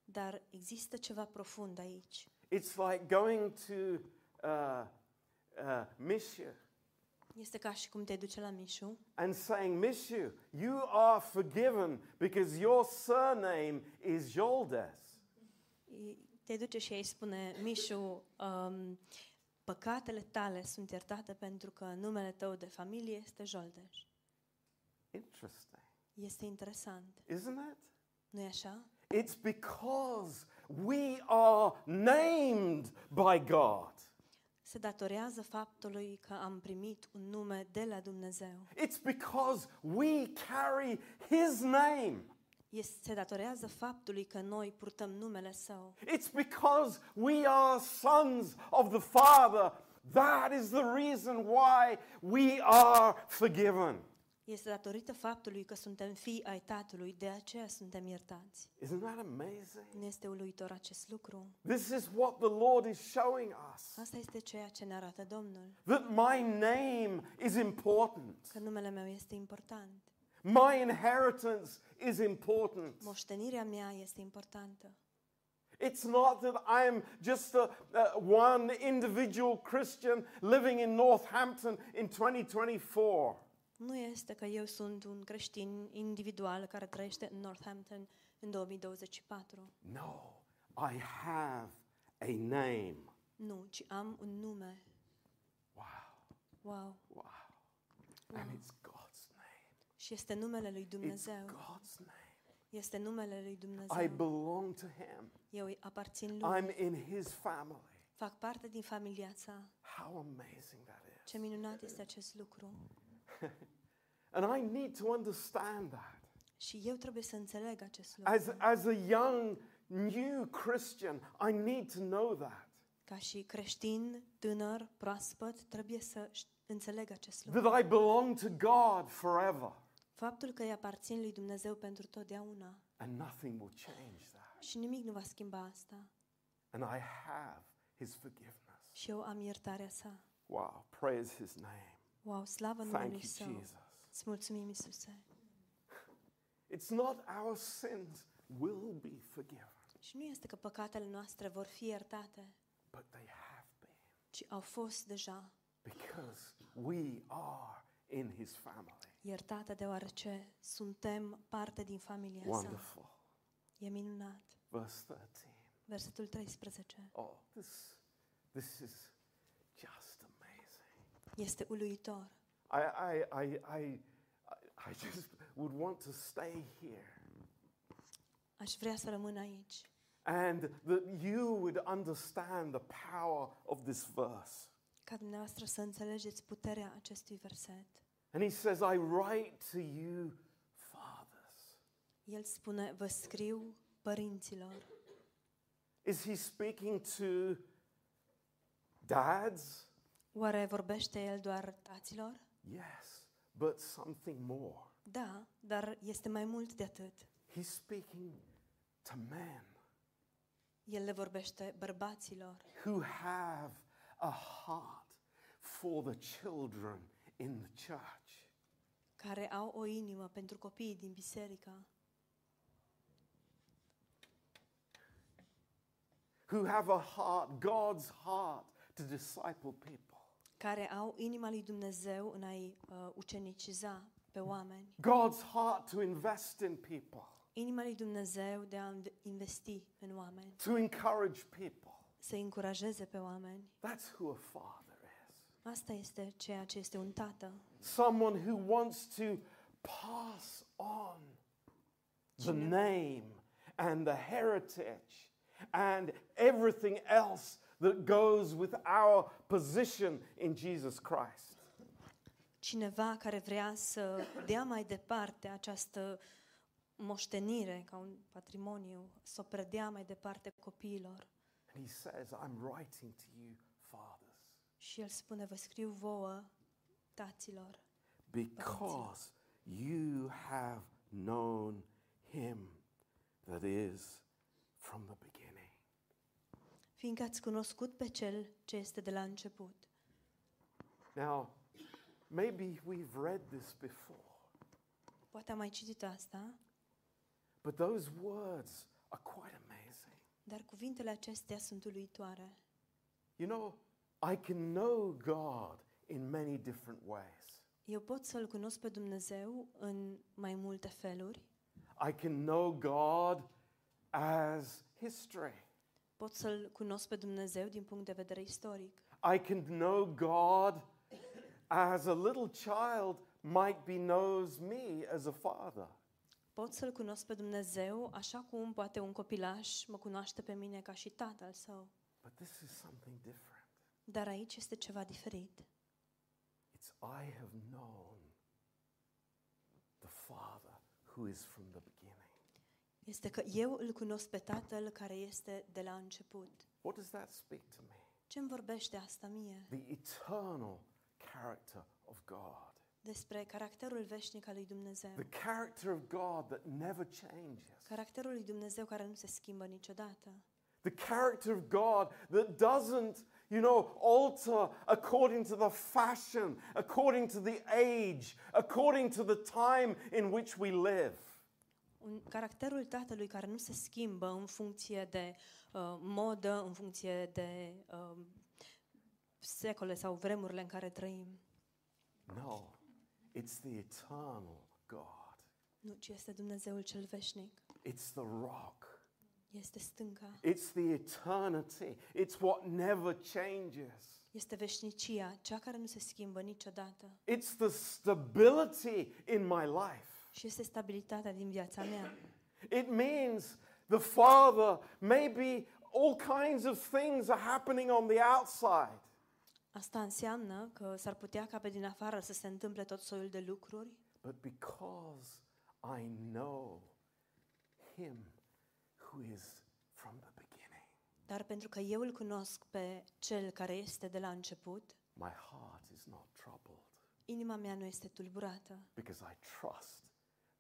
F: Dar există ceva profund aici.
B: It's like going to uh, uh, Mishu
F: Este ca și cum te duce la Mișu
B: and saying, Mishu, you are forgiven because your surname is Joldes.
F: I- Te duce și ei spune, Mișu, um, păcatele tale sunt iertate pentru că numele tău de familie este Joldeș.
B: Interesting,
F: Este interesant,
B: isn't it?
F: nu-i așa?
B: It's because we are named by God.
F: Se datorează faptului că am primit un nume de la Dumnezeu.
B: It's because we carry His name.
F: Este, se datorează faptului că noi purtăm numele Său.
B: It's because we are sons of the Father. That is the reason why we are forgiven.
F: Este datorită faptului că suntem fii ai Tatălui, de aceea suntem iertați.
B: Isn't that amazing?
F: Nu este uluitor acest lucru?
B: This is what the Lord is showing us
F: Asta este ceea ce ne arată Domnul,
B: that my name is important,
F: că numele meu este important.
B: my inheritance is important.
F: Moștenirea mea este importantă.
B: It's not that I'm just a, uh, one individual Christian living in Northampton in 2024.
F: Nu este că eu sunt un creștin individual care trăiește în Northampton în 2024.
B: No, I have a name.
F: Nu, ci am un nume.
B: Wow,
F: Wow!
B: wow. And it's God's name.
F: Și este numele lui
B: It's
F: Dumnezeu.
B: God's name.
F: Este numele lui
B: I
F: Dumnezeu.
B: belong to Him,
F: Eu îi aparțin lui.
B: I'm in His family.
F: Fac parte din familia ta.
B: How amazing that is.
F: Ce minunat este acest lucru.
B: And I need to understand that.
F: Și eu trebuie să înțeleg acest lucru.
B: As, as a young, new Christian, I need to know that.
F: Ca și creștin, tânăr, proaspăt, trebuie să ș- înțeleg acest lucru.
B: That I belong to God forever.
F: Faptul că îi aparțin lui Dumnezeu pentru totdeauna
B: And nothing will change that.
F: și nimic nu va schimba asta.
B: And I have His forgiveness.
F: Și eu am iertarea sa.
B: Wow, praise His name.
F: Wow, slavă
B: Thank
F: numelui
B: you,
F: său.
B: Jesus.
F: Îți mulțumim, Iisuse.
B: It's not our sins will be forgiven,
F: Și nu este că păcatele noastre vor fi iertate,
B: but they have been
F: ci au fost deja
B: because we are in His family.
F: iertate deoarece suntem parte din familia sa.
B: Wonderful.
F: E minunat.
B: Verse 13.
F: Versetul 13.
B: Oh, this, this is just amazing.
F: Este uluitor.
B: I, I, I, I, I- I just would want to stay here
F: Aș vrea să rămân aici
B: and that you would understand the power of this verse.
F: ca dumneavoastră să înțelegeți puterea acestui verset.
B: And he says, I write to you, fathers.
F: El spune, vă scriu părinților.
B: Is he speaking to dads?
F: Oare vorbește el doar taților?
B: Yes, but something more.
F: Da, dar este mai mult de atât.
B: He's speaking to men.
F: El le vorbește bărbaților
B: who have a heart for the children in the church.
F: care au o inimă pentru copiii din biserică,
B: Who have a heart, God's heart, to disciple people.
F: care au inima lui Dumnezeu în a-i uh, uceniciza pe oameni.
B: God's heart to invest in people,
F: Inima lui Dumnezeu de a investi în oameni,
B: to encourage people.
F: să încurajeze pe oameni.
B: That's who a father is.
F: Asta este ceea ce este un tată.
B: Someone who wants to pass on the name and the heritage and everything else that goes with our position in Jesus Christ.
F: cineva care vrea să dea mai departe această moștenire, ca un patrimoniu, să o predea mai departe copiilor.
B: And he says, I'm writing to you, fathers.
F: Și el spune, vă scriu vouă, taților,
B: because you have known him that is from the beginning.
F: fiindcă ați cunoscut pe cel ce este de la început.
B: Now, maybe we've read this before,
F: Poate am mai citit asta,
B: but those words are quite amazing.
F: dar cuvintele acestea sunt uluitoare.
B: You know, I can know God in many different ways.
F: Eu pot să-L cunosc pe Dumnezeu în mai multe feluri.
B: I can know God as history.
F: Pot să-L cunosc pe Dumnezeu din punct de vedere istoric.
B: I can know God as a little child might be knows me as a father.
F: Pot să-L cunosc pe Dumnezeu așa cum poate un copilaș mă cunoaște pe mine ca și tatăl său.
B: But this is something different.
F: Dar aici este ceva diferit.
B: It's I have known the Father who is from the beginning.
F: Este că eu îl cunosc pe tatăl care este de la început.
B: What does that speak to me?
F: Ce îmi vorbește asta mie?
B: The eternal character of God.
F: Despre caracterul veșnic al lui Dumnezeu.
B: The character of God that never changes.
F: Caracterul lui Dumnezeu care nu se schimbă niciodată.
B: The character of God that doesn't, you know, alter according to the fashion, according to the age, according to the time in which we live.
F: Un, caracterul tatălui care nu se schimbă în funcție de uh, modă, în funcție de uh, secole sau vremurile în care trăim.
B: No, it's the eternal God.
F: Nu, ci este Dumnezeul cel veșnic.
B: It's the rock.
F: Este stânca.
B: It's the eternity. It's what never changes.
F: Este veșnicia, cea care nu se schimbă niciodată.
B: It's the stability in my life.
F: Și este stabilitatea din viața mea.
B: It means the Father, maybe all kinds of things are happening on the outside,
F: Asta înseamnă că s-ar putea ca pe din afară să se întâmple tot soiul de lucruri,
B: but because I know Him who is from the beginning,
F: dar pentru că eu îl cunosc pe cel care este de la început,
B: my heart is not troubled
F: inima mea nu este tulburată,
B: because I trust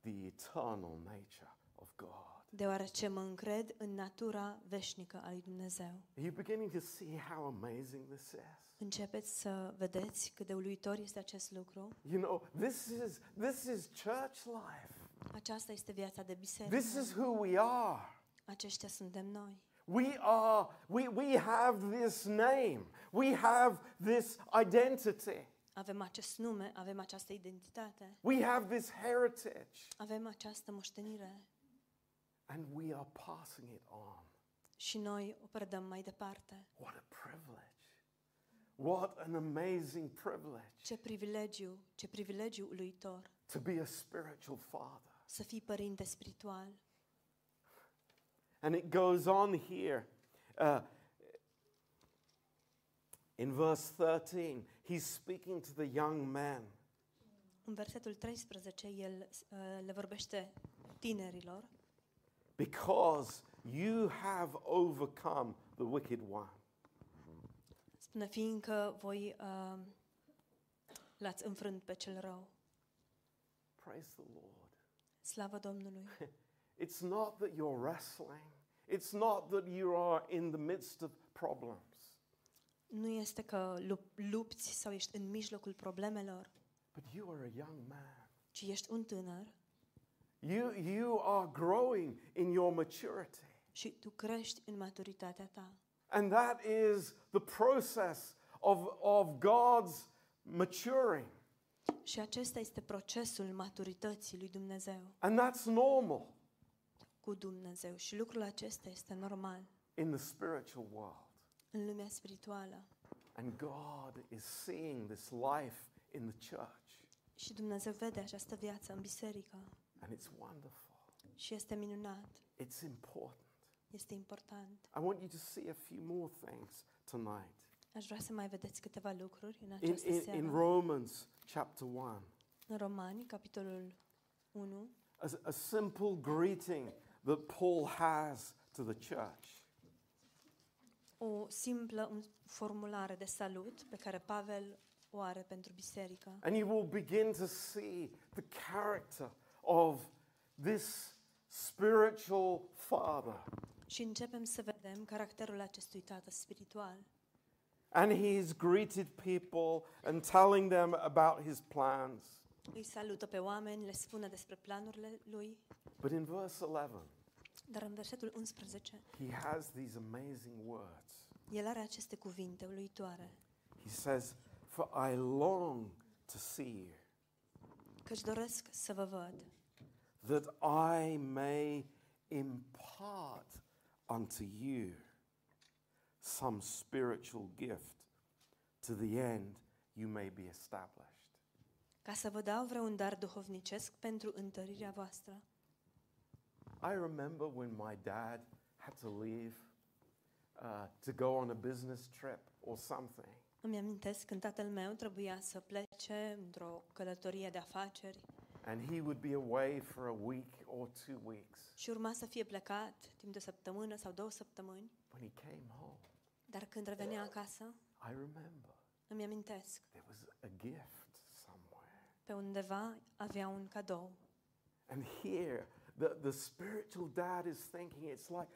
B: the eternal nature of God.
F: deoarece mă încred în natura veșnică a lui Dumnezeu.
B: Are you beginning to see how amazing this is?
F: Începeți să vedeți cât de uluitor este acest lucru.
B: You know, this is this is church life.
F: Aceasta este viața de biserică.
B: This is who we are.
F: Aceștia suntem noi.
B: We are we we have this name. We have this identity.
F: Avem acest nume, avem această identitate,
B: We have this heritage
F: avem această moștenire
B: and we are passing it on.
F: și noi o predăm mai departe.
B: What a privilege. What an amazing privilege
F: Ce privilegiu, ce privilegiu uluitor
B: to be a spiritual father.
F: să fii părinte spiritual.
B: And it goes on here. Uh, in verse 13, he's speaking to the young man.
F: În versetul 13 el uh, le vorbește tinerilor,
B: Because you have overcome the wicked one.
F: spune fiindcă voi uh, l-ați înfrânt pe cel rău.
B: Praise the Lord.
F: Slavă Domnului!
B: It's not that you're wrestling, it's not that you are in the midst of problems.
F: Nu este că lup- lupți sau ești în mijlocul problemelor,
B: But you are a young man.
F: ci ești un tânăr
B: You, you are growing in your maturity.
F: și tu crești în maturitatea ta.
B: And that is the process of, of God's maturing.
F: Și acesta este procesul maturității lui Dumnezeu
B: And that's normal
F: cu Dumnezeu și lucrul acesta este normal
B: in the spiritual world.
F: în lumea spirituală.
B: And God is seeing this life in the church.
F: Și Dumnezeu vede această viață în biserică
B: And it's wonderful,
F: și este minunat,
B: it's important.
F: este important.
B: I want you to see a few more things tonight.
F: Aș vrea să mai vedeți câteva lucruri în
B: In,
F: această
B: in,
F: seară.
B: in Romans chapter 1.
F: În Romani, capitolul 1,
B: A, a simple greeting that Paul has to the church.
F: o simplă un- formulare de salut pe care Pavel o are pentru biserică.
B: And you will begin to see the character of this spiritual father.
F: Și începem să vedem caracterul acestui tată spiritual.
B: And he's greeted people and telling them about his plans.
F: Îi salută pe oameni, le spune despre planurile lui,
B: But in verse 11,
F: dar în versetul 11,
B: he has these amazing words.
F: el are aceste cuvinte uluitoare.
B: He says, For I long to see you,
F: Căci doresc să vă văd,
B: that I may impart unto you some spiritual gift to the end you may be established.
F: ca să vă dau vreun dar duhovnicesc pentru întărirea voastră.
B: I remember when my dad had to leave uh, to go on a business trip or something.
F: Îmi amintesc când tatăl meu trebuia să plece într-o călătorie de afaceri
B: And he would be away for a week or two weeks.
F: și urma să fie plecat timp de o săptămână sau două săptămâni,
B: When he came home,
F: dar când revenea acasă,
B: I remember
F: îmi amintesc,
B: there was a gift somewhere.
F: pe undeva avea un cadou.
B: And here, the, the spiritual dad is thinking, it's like,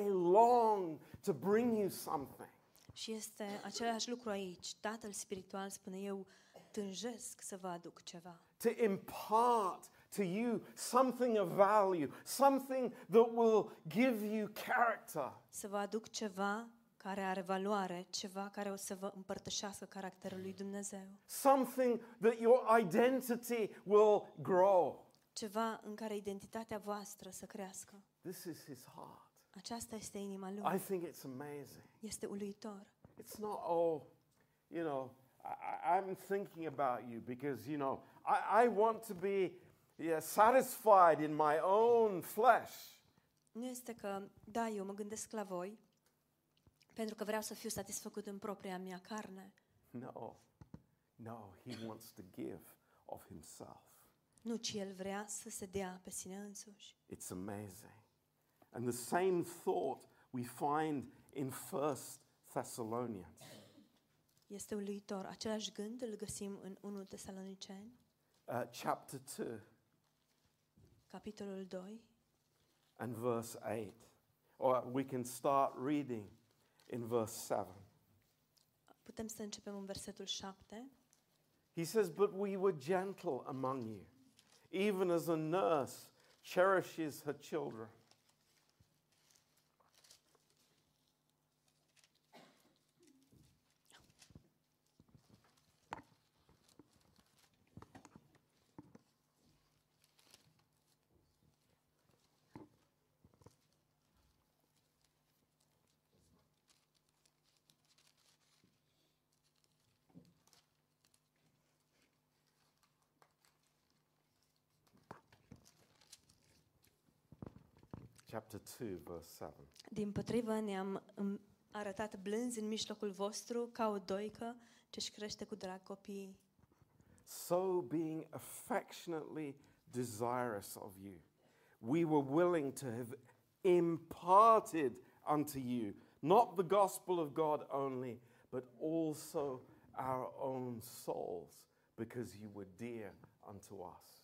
B: I long to bring you something.
F: Și este același lucru aici. Tatăl spiritual spune, eu tânjesc să vă aduc ceva,
B: to impart to you something of value, something that will give you character.
F: să vă aduc ceva care are valoare, ceva care o să vă împărtășească caracterul lui Dumnezeu,
B: Something that your identity will grow.
F: ceva în care identitatea voastră să crească.
B: This is his heart.
F: Aceasta este inima
B: I
F: lui.
B: think it's amazing.
F: Este uluitor.
B: It's not, oh, you know, I, I- I'm thinking about you because, you know, I, I want to be yeah, satisfied in my own flesh.
F: Nu este că, da, eu mă gândesc la voi pentru că vreau să fiu satisfăcut în propria mea carne.
B: No, no, he wants to give of himself.
F: Nu, ci el vrea să se dea pe sine însuși.
B: It's amazing. And the same thought we find in First Thessalonians.
F: Este uluitor. Același gând îl găsim în 1 Tesaloniceni,
B: Uh, chapter 2
F: capitolul 2,
B: and verse 8. Or we can start reading in verse 7.
F: Putem să începem în versetul 7.
B: He says, But we were gentle among you, even as a nurse cherishes her children. Chapter 2, verse 7.
F: Din potrivă ne-am îm- arătat blânzi în mijlocul vostru ca o doică ce-și crește cu drag copiii.
B: So, being affectionately desirous of you, we were willing to have imparted unto you not the gospel of God only, but also our own souls, because you were dear unto us.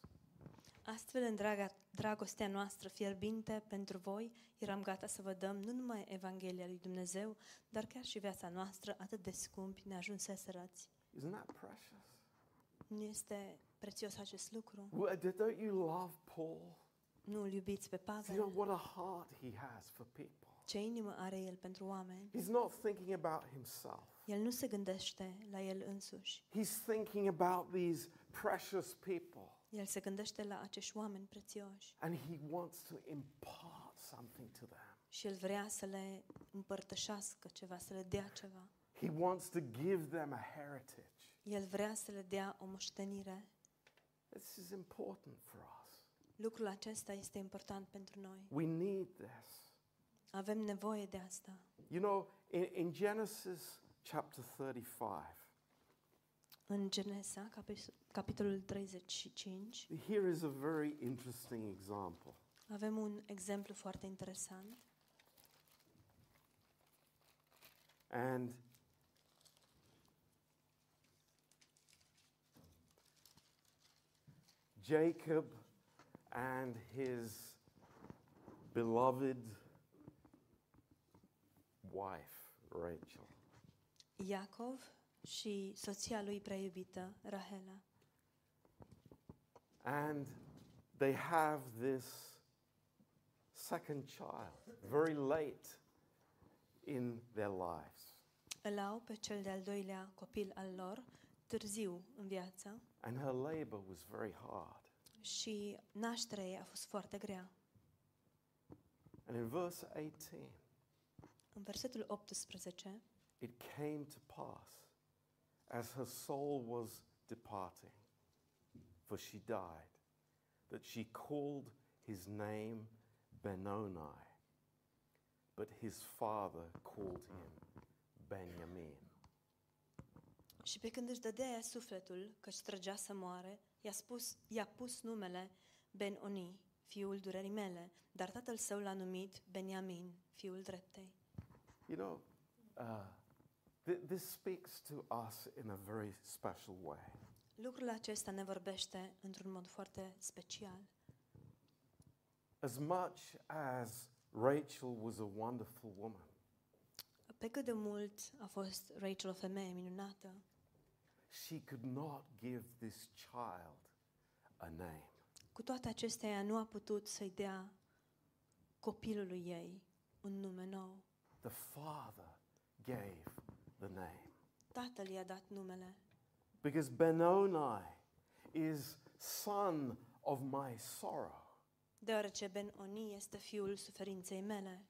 F: Astfel, în draga, dragostea noastră fierbinte pentru voi, eram gata să vă dăm nu numai Evanghelia lui Dumnezeu, dar chiar și viața noastră atât de scumpi ne ajunseserăți.
B: Isn't that precious?
F: Nu este prețios acest lucru?
B: Well, d- don't you love Paul?
F: Nu îl iubiți pe
B: Do you know
F: Pavel?
B: what a heart he has for people?
F: Ce inimă are el pentru oameni?
B: He's not thinking about himself.
F: El nu se gândește la el însuși.
B: He's thinking about these precious people.
F: El se gândește la acești oameni prețioși
B: And he wants to impart something to them.
F: și el vrea să le împărtășească ceva, să le dea ceva.
B: He wants to give them a heritage.
F: El vrea să le dea o moștenire.
B: This is important for us.
F: Lucrul acesta este important pentru noi.
B: We need this.
F: Avem nevoie de asta.
B: You know, in, in Genesis chapter 35,
F: În Genesa, capi- capitolul 35,
B: Here is a very interesting example.
F: avem un exemplu foarte interesant.
B: And Jacob and his beloved wife, Rachel.
F: Iacov și soția lui prea iubită, Rahela.
B: And they have this second child very late in their lives.
F: Îl au pe cel de-al doilea copil al lor, târziu în viață,
B: And her labor was very hard.
F: și nașterea ei a fost foarte grea.
B: And in verse 18,
F: În versetul 18,
B: it came to pass as her soul was departing, for she died, that she called his name Benoni, but his father called him Benjamin.
F: Și pe când își dădea ea sufletul, că își trăgea să moare, i-a, spus, i-a pus numele Ben-Oni, fiul durerii mele, dar tatăl său l-a numit Beniamin, fiul dreptei.
B: You know, uh, th- this speaks to us in a very special way.
F: Lucrul acesta ne vorbește într-un mod foarte special.
B: As much as Rachel was a wonderful woman,
F: Pe cât de mult a fost Rachel o femeie minunată,
B: she could not give this child a name.
F: cu toate acestea ea nu a putut să-i dea copilului ei un nume nou.
B: The father gave the name.
F: Tatăl i-a dat numele,
B: Because Benoni is son of my sorrow,
F: deoarece Ben-Oni este fiul suferinței mele,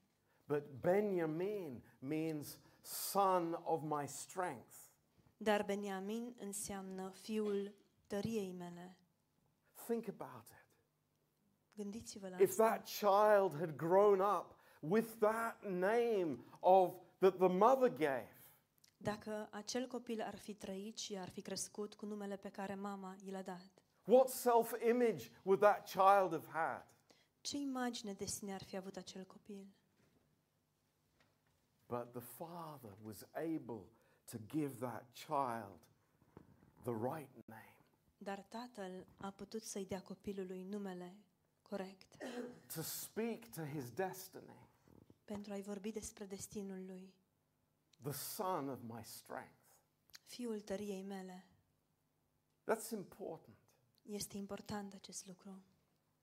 B: but Benjamin means son of my strength.
F: Dar Beniamin înseamnă fiul tăriei mele.
B: Think about it.
F: Gândiți-vă la
B: if
F: asta.
B: that child had grown up with that name of that the mother gave
F: Dacă acel copil ar fi trăit și ar fi crescut cu numele pe care mama i l-a dat,
B: what self-image would that child have had
F: ce imagine de sine ar fi avut acel copil?
B: but the father was able to give that child the right name
F: Dar tatăl a putut să-i dea copilului numele corect
B: to speak to his destiny
F: pentru a-i vorbi despre destinul lui.
B: the son of my strength
F: Fiul tăriei mele.
B: that's important
F: Este important acest lucru.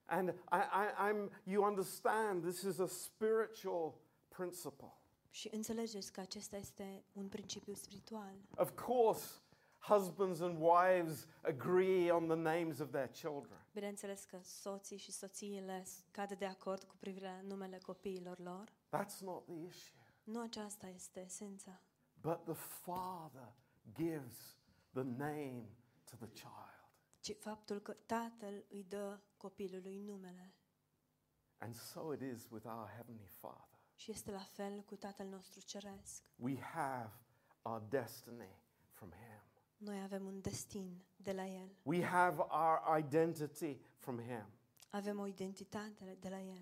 B: and I, I, i'm you understand this is a spiritual principle
F: Și înțelegeți că acesta este un principiu spiritual.
B: Of course, husbands and wives agree on the names of their children.
F: Bineînțeles că soții și soțiile s- cad de acord cu privire la numele copiilor lor.
B: That's not the issue.
F: Nu aceasta este esența,
B: But the father gives the name to the child.
F: ci faptul că tatăl îi dă copilului numele.
B: And so it is with our Heavenly Father.
F: Și este la fel cu tatăl nostru ceresc.
B: We have our destiny from Him,
F: Noi avem un destin de la el.
B: we have our identity from Him.
F: Avem o identitate de la el.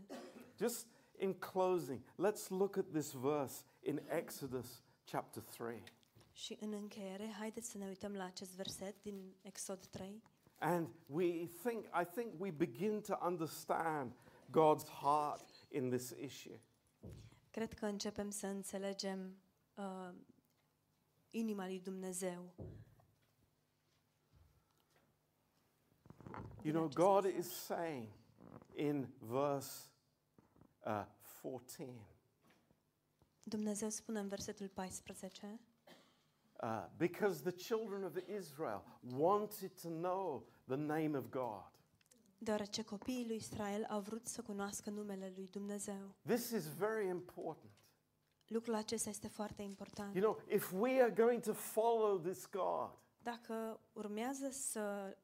B: Just in closing, let's look at this verse in Exodus chapter 3.
F: Și în încheiere, haideți să ne uităm la acest verset din Exod 3
B: And we think, I think we begin to understand God's heart in this issue.
F: Cred că începem să înțelegem uh, inima lui Dumnezeu.
B: You know, God is saying in verse uh, 14,
F: Dumnezeu spune în versetul 14,
B: uh, because the children of Israel wanted to know the name of God.
F: deoarece copiii lui Israel au vrut să cunoască numele lui Dumnezeu.
B: This is very important.
F: Lucrul acesta este foarte important.
B: You know, if we are going to follow this God,
F: Dacă urmează să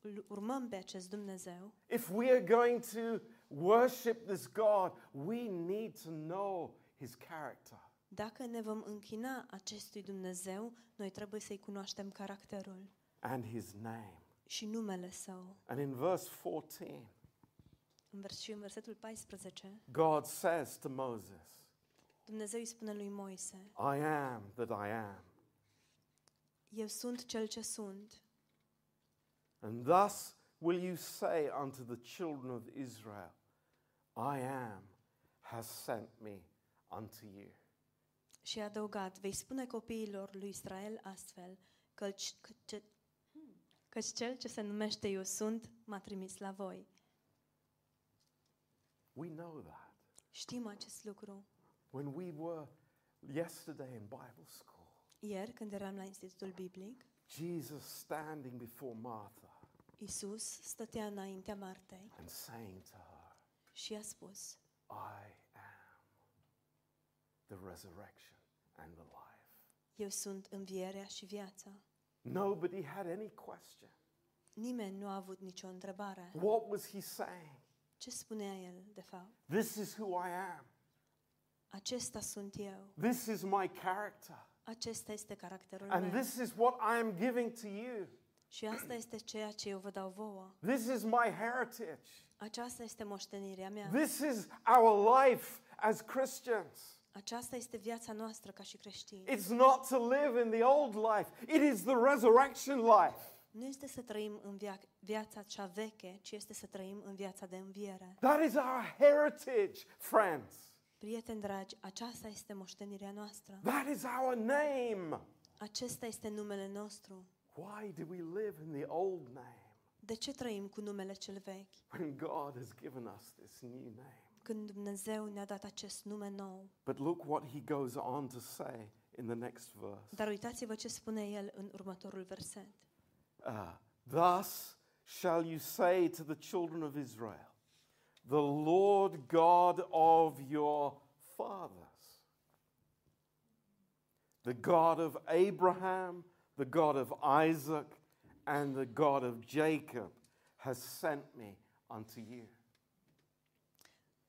F: îl urmăm pe acest Dumnezeu,
B: if we are going to worship this God, we need to know his character.
F: Dacă ne vom închina acestui Dumnezeu, noi trebuie să-i cunoaștem caracterul
B: and his name.
F: și numele său.
B: And in verse 14,
F: În vers- și în versetul 14,
B: God says to Moses,
F: Dumnezeu îi spune lui Moise,
B: I am that I am.
F: Eu sunt cel ce sunt.
B: And thus will you say unto the children of Israel, I am has sent me unto you.
F: Și a adăugat, vei spune copiilor lui Israel astfel, căci, căci, căci cel ce se numește Eu sunt m-a trimis la voi.
B: We know that.
F: Știm acest lucru.
B: When we were yesterday in Bible school,
F: Ieri, când eram la Institutul Biblic,
B: Jesus standing before Martha
F: Isus stătea înaintea Martei
B: and saying to her,
F: și a spus,
B: I am the resurrection and the life.
F: Eu sunt învierea și viața.
B: Nobody had any question.
F: Nimeni nu a avut nicio întrebare.
B: What was he saying?
F: Ce spunea el, de fapt?
B: This is who I am.
F: Acesta sunt eu.
B: This is my character.
F: Acesta este caracterul
B: And
F: meu.
B: this is what I am giving to you.
F: Și asta este ceea ce eu vă dau vouă.
B: This is my heritage.
F: Aceasta este moștenirea mea.
B: This is our life as Christians.
F: Aceasta este viața noastră ca și creștini.
B: It's not to live in the old life, it is the resurrection life.
F: Nu este să trăim în via- viața cea veche, ci este să trăim în viața de înviere.
B: That is our heritage, friends.
F: Prieteni dragi, aceasta este moștenirea noastră.
B: That is our name.
F: Acesta este numele nostru.
B: Why do we live in the old name
F: De ce trăim cu numele cel vechi,
B: when God has given us this new name?
F: când Dumnezeu ne-a dat acest nume nou?
B: But look what he goes on to say in the next verse.
F: Dar uitați-vă ce spune el în următorul verset.
B: Uh, Thus shall you say to the children of Israel, the Lord God of your fathers, the God of Abraham, the God of Isaac, and the God of Jacob has sent me unto you.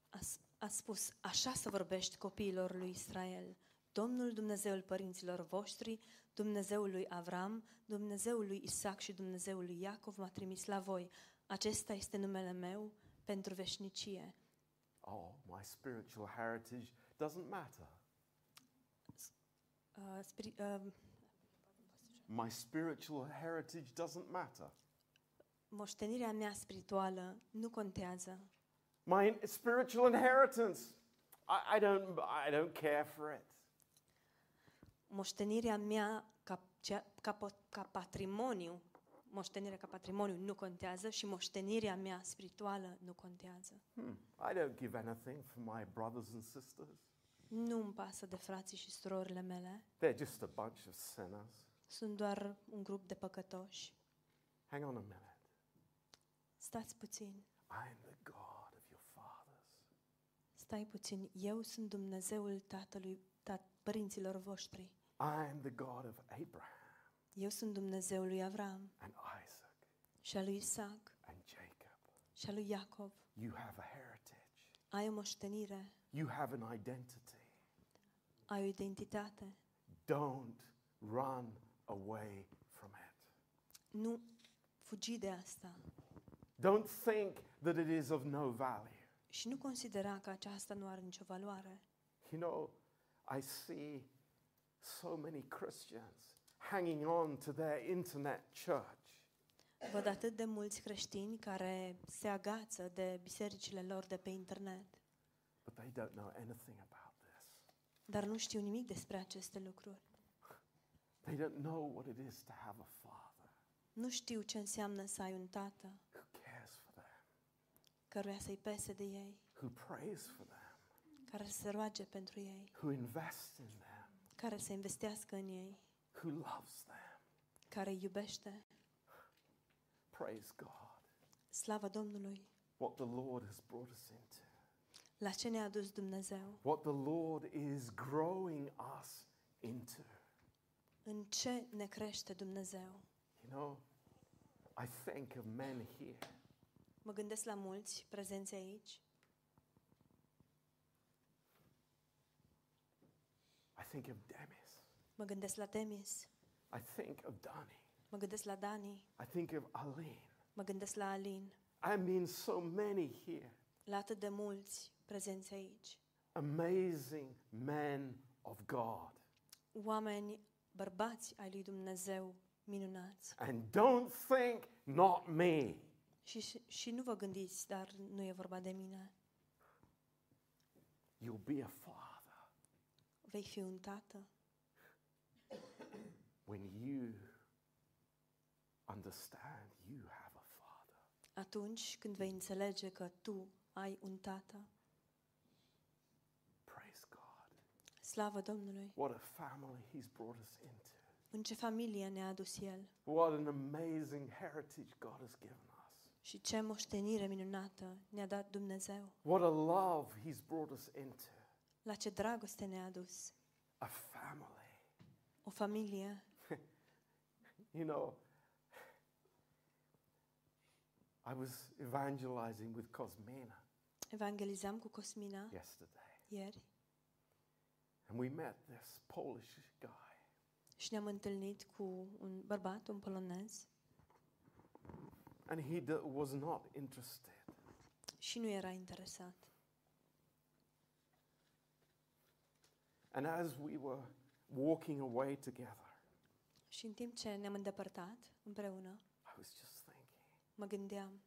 F: A, s- a spus, așa să vorbești copiilor lui Israel. Domnul Dumnezeul părinților voștri, Dumnezeul lui Avram, Dumnezeul lui Isaac și Dumnezeul lui Iacov m-a trimis la voi. Acesta este numele meu pentru veșnicie.
B: Oh, my spiritual heritage doesn't matter.
F: Uh, spri- uh,
B: My spiritual heritage doesn't matter.
F: moștenirea mea spirituală nu contează.
B: My in- spiritual inheritance, I, I, don't, I don't care for it.
F: Moștenirea mea ca, cea, ca, po- ca patrimoniu, moștenirea ca patrimoniu nu contează și moștenirea mea spirituală nu contează.
B: Hmm, I don't give anything for my brothers and sisters.
F: Nu îmi pasă de frații și surorile mele.
B: They're just a bunch of sinners.
F: Sunt doar un grup de păcătoși.
B: Hang on a minute.
F: Stați puțin,
B: I am the God of your fathers.
F: stai puțin. Eu sunt Dumnezeul tatălui, tat, părinților voștri.
B: I am the God of Abraham
F: Eu sunt Dumnezeul lui Avram
B: and Isaac
F: și al lui Isaac
B: and Jacob.
F: și al lui Iacov.
B: You have a heritage,
F: Ai o moștenire,
B: you have an identity.
F: ai o identitate.
B: Don't run away from it.
F: Nu fugi de asta
B: Don't think that it is of no value.
F: și nu considera că aceasta nu are nicio valoare.
B: You know, I see so many Christians hanging on to their internet church.
F: Văd atât de mulți creștini care se agață de bisericile lor de pe internet,
B: But they don't know anything about this.
F: dar nu știu nimic despre aceste lucruri.
B: They don't know what it is to have a father
F: Nu știu ce înseamnă să ai un tată
B: who cares for them,
F: căruia să-i pese de ei,
B: who prays for them,
F: care să se roage pentru ei,
B: who invests in them,
F: care să investească în ei,
B: who loves them.
F: care îi iubește.
B: Praise God.
F: Slavă Domnului!
B: What the Lord has brought us into,
F: La ce ne-a dus Dumnezeu?
B: what the Lord is growing us into.
F: În ce ne crește Dumnezeu?
B: You know, I think of men here
F: Mă gândesc la mulți prezenți aici
B: I think of Demis.
F: Mă gândesc la Demis,
B: I think of Donnie.
F: mă gândesc la Dani,
B: I think of Aline.
F: mă gândesc la Alin,
B: I mean, so many here.
F: la atât de mulți prezenți aici.
B: Amazing men of God.
F: Oameni bărbați ai lui Dumnezeu minunați.
B: And don't think not me.
F: Și, și, și nu vă gândiți, dar nu e vorba de mine.
B: You'll be a father
F: Vei fi un tată
B: when you understand you have a father.
F: atunci când vei înțelege că tu ai un tată.
B: Praise God.
F: Slavă Domnului!
B: What a family he's brought us into.
F: În ce familie ne-a adus El
B: What an amazing heritage God has given us.
F: și ce moștenire minunată ne-a dat Dumnezeu.
B: What a love he's brought us into.
F: La ce dragoste ne-a adus.
B: A family.
F: O familie.
B: You know, I was evangelizing with Cosmina
F: Evangelizam cu Cosmina
B: yesterday,
F: ieri
B: and we met this Polish guy,
F: și ne-am întâlnit cu un bărbat, un polonez,
B: and he d- was not interested.
F: și nu era interesat.
B: And as we were walking away together,
F: Și în timp ce ne-am îndepărtat împreună,
B: I was just thinking,
F: mă gândeam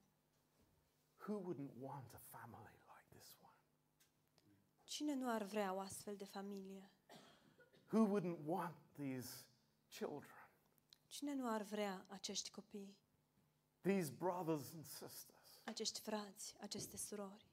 B: who wouldn't want a family like this one?
F: Cine nu ar vrea o astfel de familie?
B: Who wouldn't want these children,
F: Cine nu ar vrea acești copii,
B: these brothers and sisters?
F: acești frați, aceste surori?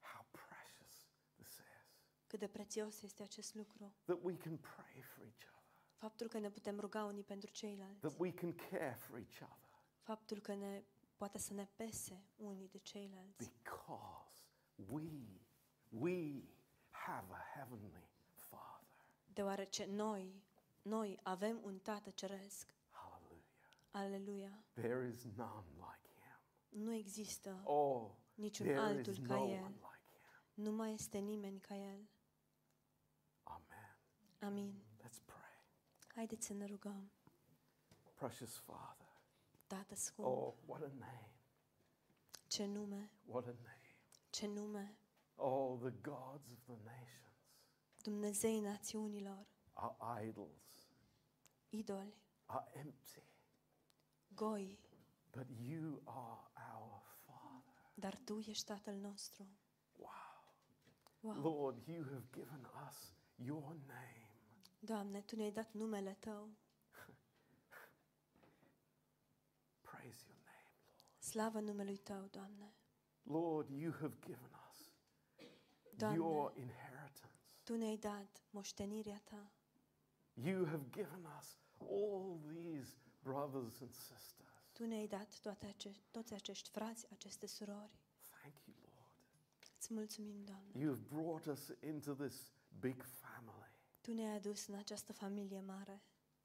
B: How precious this is
F: Cât de prețios este acest lucru.
B: that we can pray for each other,
F: Faptul că ne putem ruga unii pentru ceilalți.
B: that we can care for each other.
F: Faptul că ne poate să ne pese unii de ceilalți.
B: Because we, we have a heavenly Father.
F: Deoarece noi, noi avem un Tată Ceresc.
B: Hallelujah.
F: Aleluia!
B: There is none like him.
F: Nu există,
B: Oh,
F: Niciun
B: there
F: altul
B: is
F: ca
B: no one like
F: el.
B: him.
F: nu mai este nimeni ca El.
B: Amen.
F: Amin.
B: Let's pray.
F: Haideți să ne rugăm.
B: Precious Father.
F: Tată scump,
B: Oh, what a name.
F: ce nume,
B: What a name.
F: ce nume,
B: Oh, the gods of the nations,
F: Dumnezei națiunilor,
B: our idols,
F: idoli,
B: are empty.
F: goi,
B: But you are our Father.
F: dar Tu ești Tatăl nostru.
B: Wow.
F: Wow.
B: Lord, you have given us your name.
F: Doamne, Tu ne-ai dat numele Tău.
B: Praise your name,
F: Slavă numelui Tău, Doamne.
B: Lord. Lord, you have given us your
F: Doamne,
B: inheritance.
F: Tu ne-ai dat moștenirea Ta.
B: You have given us all these brothers and sisters.
F: Tu ne-ai dat toate ace- toți acești frați, aceste surori.
B: Thank you, Lord.
F: Îți mulțumim, Doamne.
B: You have brought us into this big family.
F: Tu ne-ai adus în această familie mare.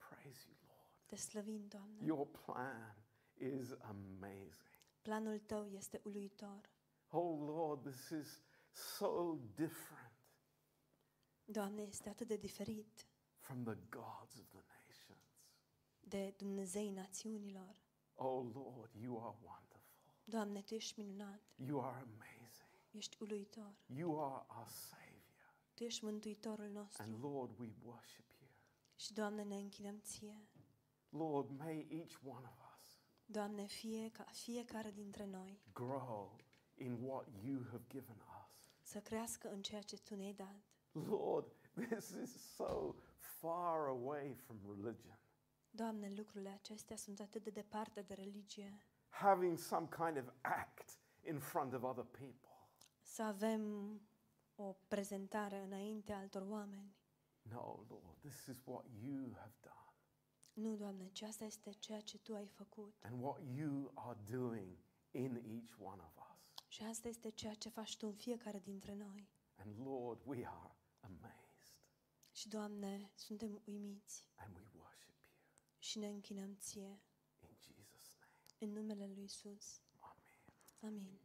B: Praise you, Lord.
F: Te slăvim, Doamne.
B: Your plan is amazing.
F: Planul Tău este uluitor.
B: Oh, Lord, this is so different
F: Doamne, este atât de diferit
B: from the gods of the nations.
F: de Dumnezei națiunilor.
B: Oh, Lord, you are wonderful.
F: Doamne, Tu ești minunat,
B: You are amazing.
F: ești uluitor,
B: You are our Savior.
F: Tu ești Mântuitorul
B: And
F: nostru
B: Lord, we worship you.
F: și, Doamne, ne închinăm Ție.
B: Lord, may each one of us
F: Doamne, fie ca fiecare dintre noi
B: grow in what you have given us.
F: să crească în ceea ce Tu ne-ai dat.
B: Lord, this is so far away from religion.
F: Doamne, lucrurile acestea sunt atât de departe de religie.
B: Having some kind of act in front of other people.
F: Să avem o prezentare înainte altor oameni.
B: No, Lord, this is what you have done
F: Nu, Doamne, ci asta este ceea ce Tu ai făcut.
B: and what you are doing in each one of us.
F: Și asta este ceea ce faci Tu în fiecare dintre noi.
B: And Lord, we are amazed
F: Și, Doamne, suntem uimiți
B: and we worship you.
F: și ne închinăm Ție
B: In Jesus' name,
F: în numele Lui Isus.
B: amen.
F: Amin.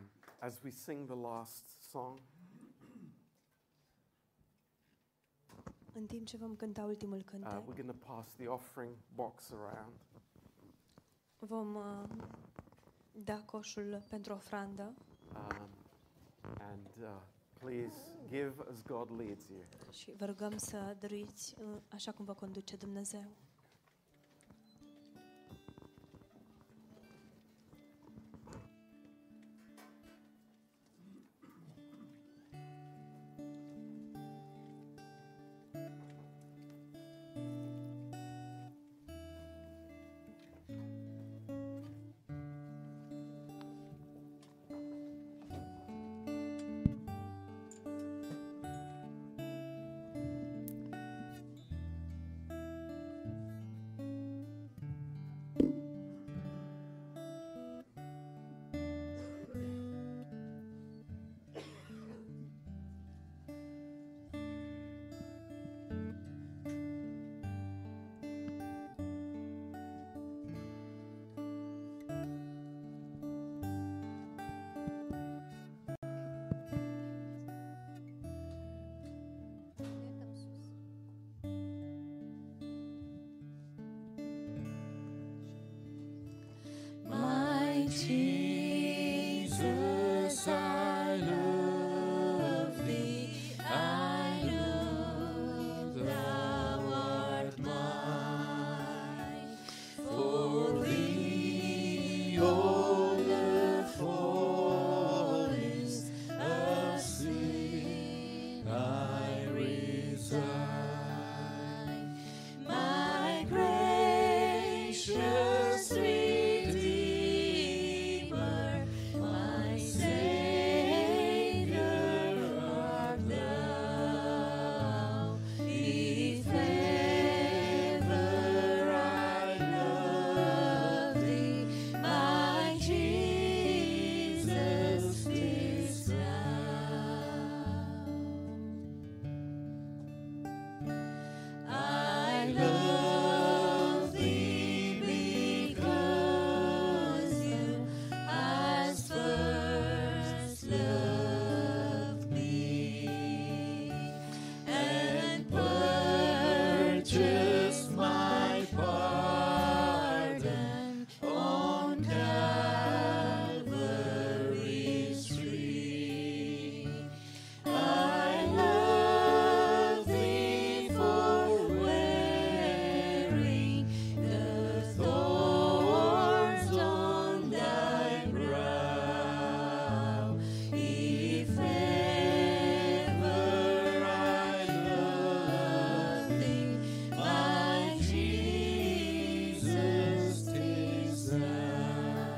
B: Um, as we sing the last song,
F: În timp ce vom cânta ultimul
B: uh,
F: cântec,
B: we're going to pass the offering box around.
F: vom uh, da coșul pentru ofrandă
B: Um, and uh, please give as God leads you.
F: și vă rugăm să dăruiți uh, așa cum vă conduce Dumnezeu.
E: Plecăm sus.
D: My Jesus, I love thee. I love thou art mine. For thee, all the follies of sin I resign. My gracious Redeemer, my Savior art thou. If ever I love thee, my Jesus, tis thou. I love thee because you as first loved me and purchased my pardon on Calvary's tree. I love thee for wearing the thorns on thy brow. If ever I love thee, my Jesus, tis thou.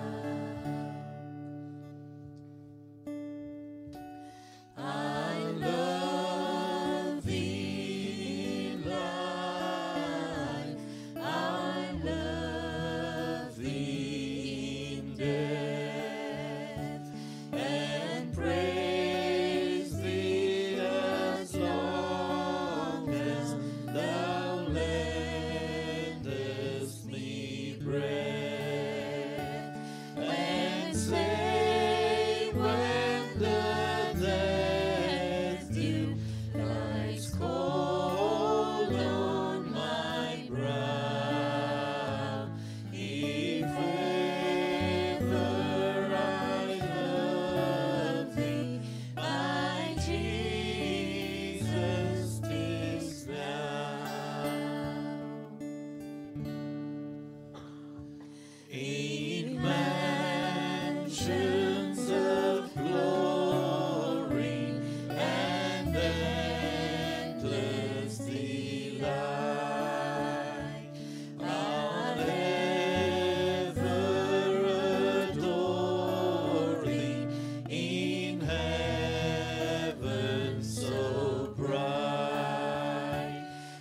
D: I love thee, life. I love thee in death, and praise thee as long as thou lendest me breath and say when the death dew lies cold on my brow. If ever I love thee, my Jesus, tis thou. In mansions of glory and endless delight, I'll ever adore thee in heaven so bright.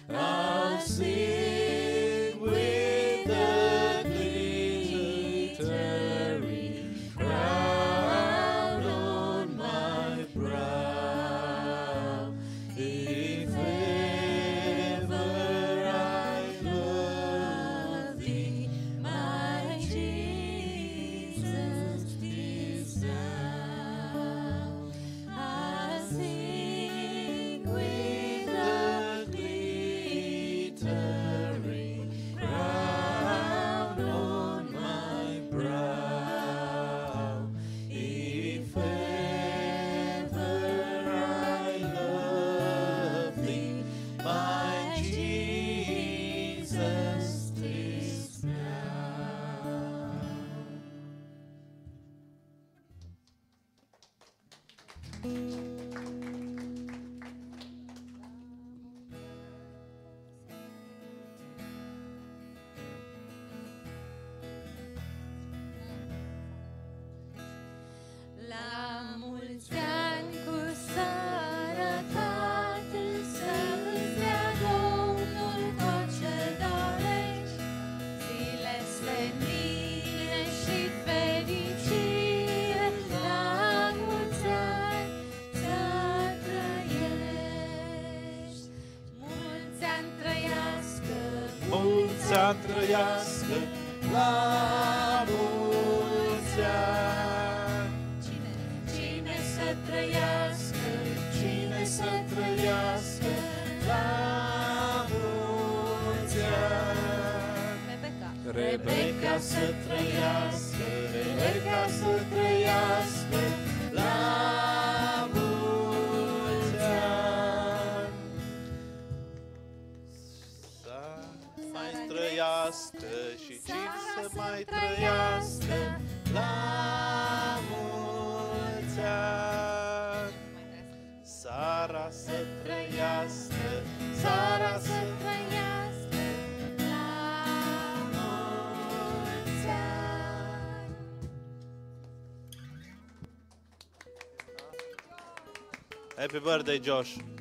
D: I'll sing with the glitter.
G: La mulți ani cu sănătate Să îți dea Domnul tot ce dorești Zile splendide și fericire La mulți ani să trăiești Mulți ani trăiască
D: mulți ani trăiască la mulți ani.
G: Cine să trăiască
D: Cine să trăiască la mulți ani.
H: Rebecca.
D: Rebecca să trăiască, Rebecca să trăiască la mulți ani. Să mai trăiască și cine să mai trăiască la mulți ani. Sara să trăiască, Sara să
G: trăiască la mulți ani.
D: Happy birthday, Josh!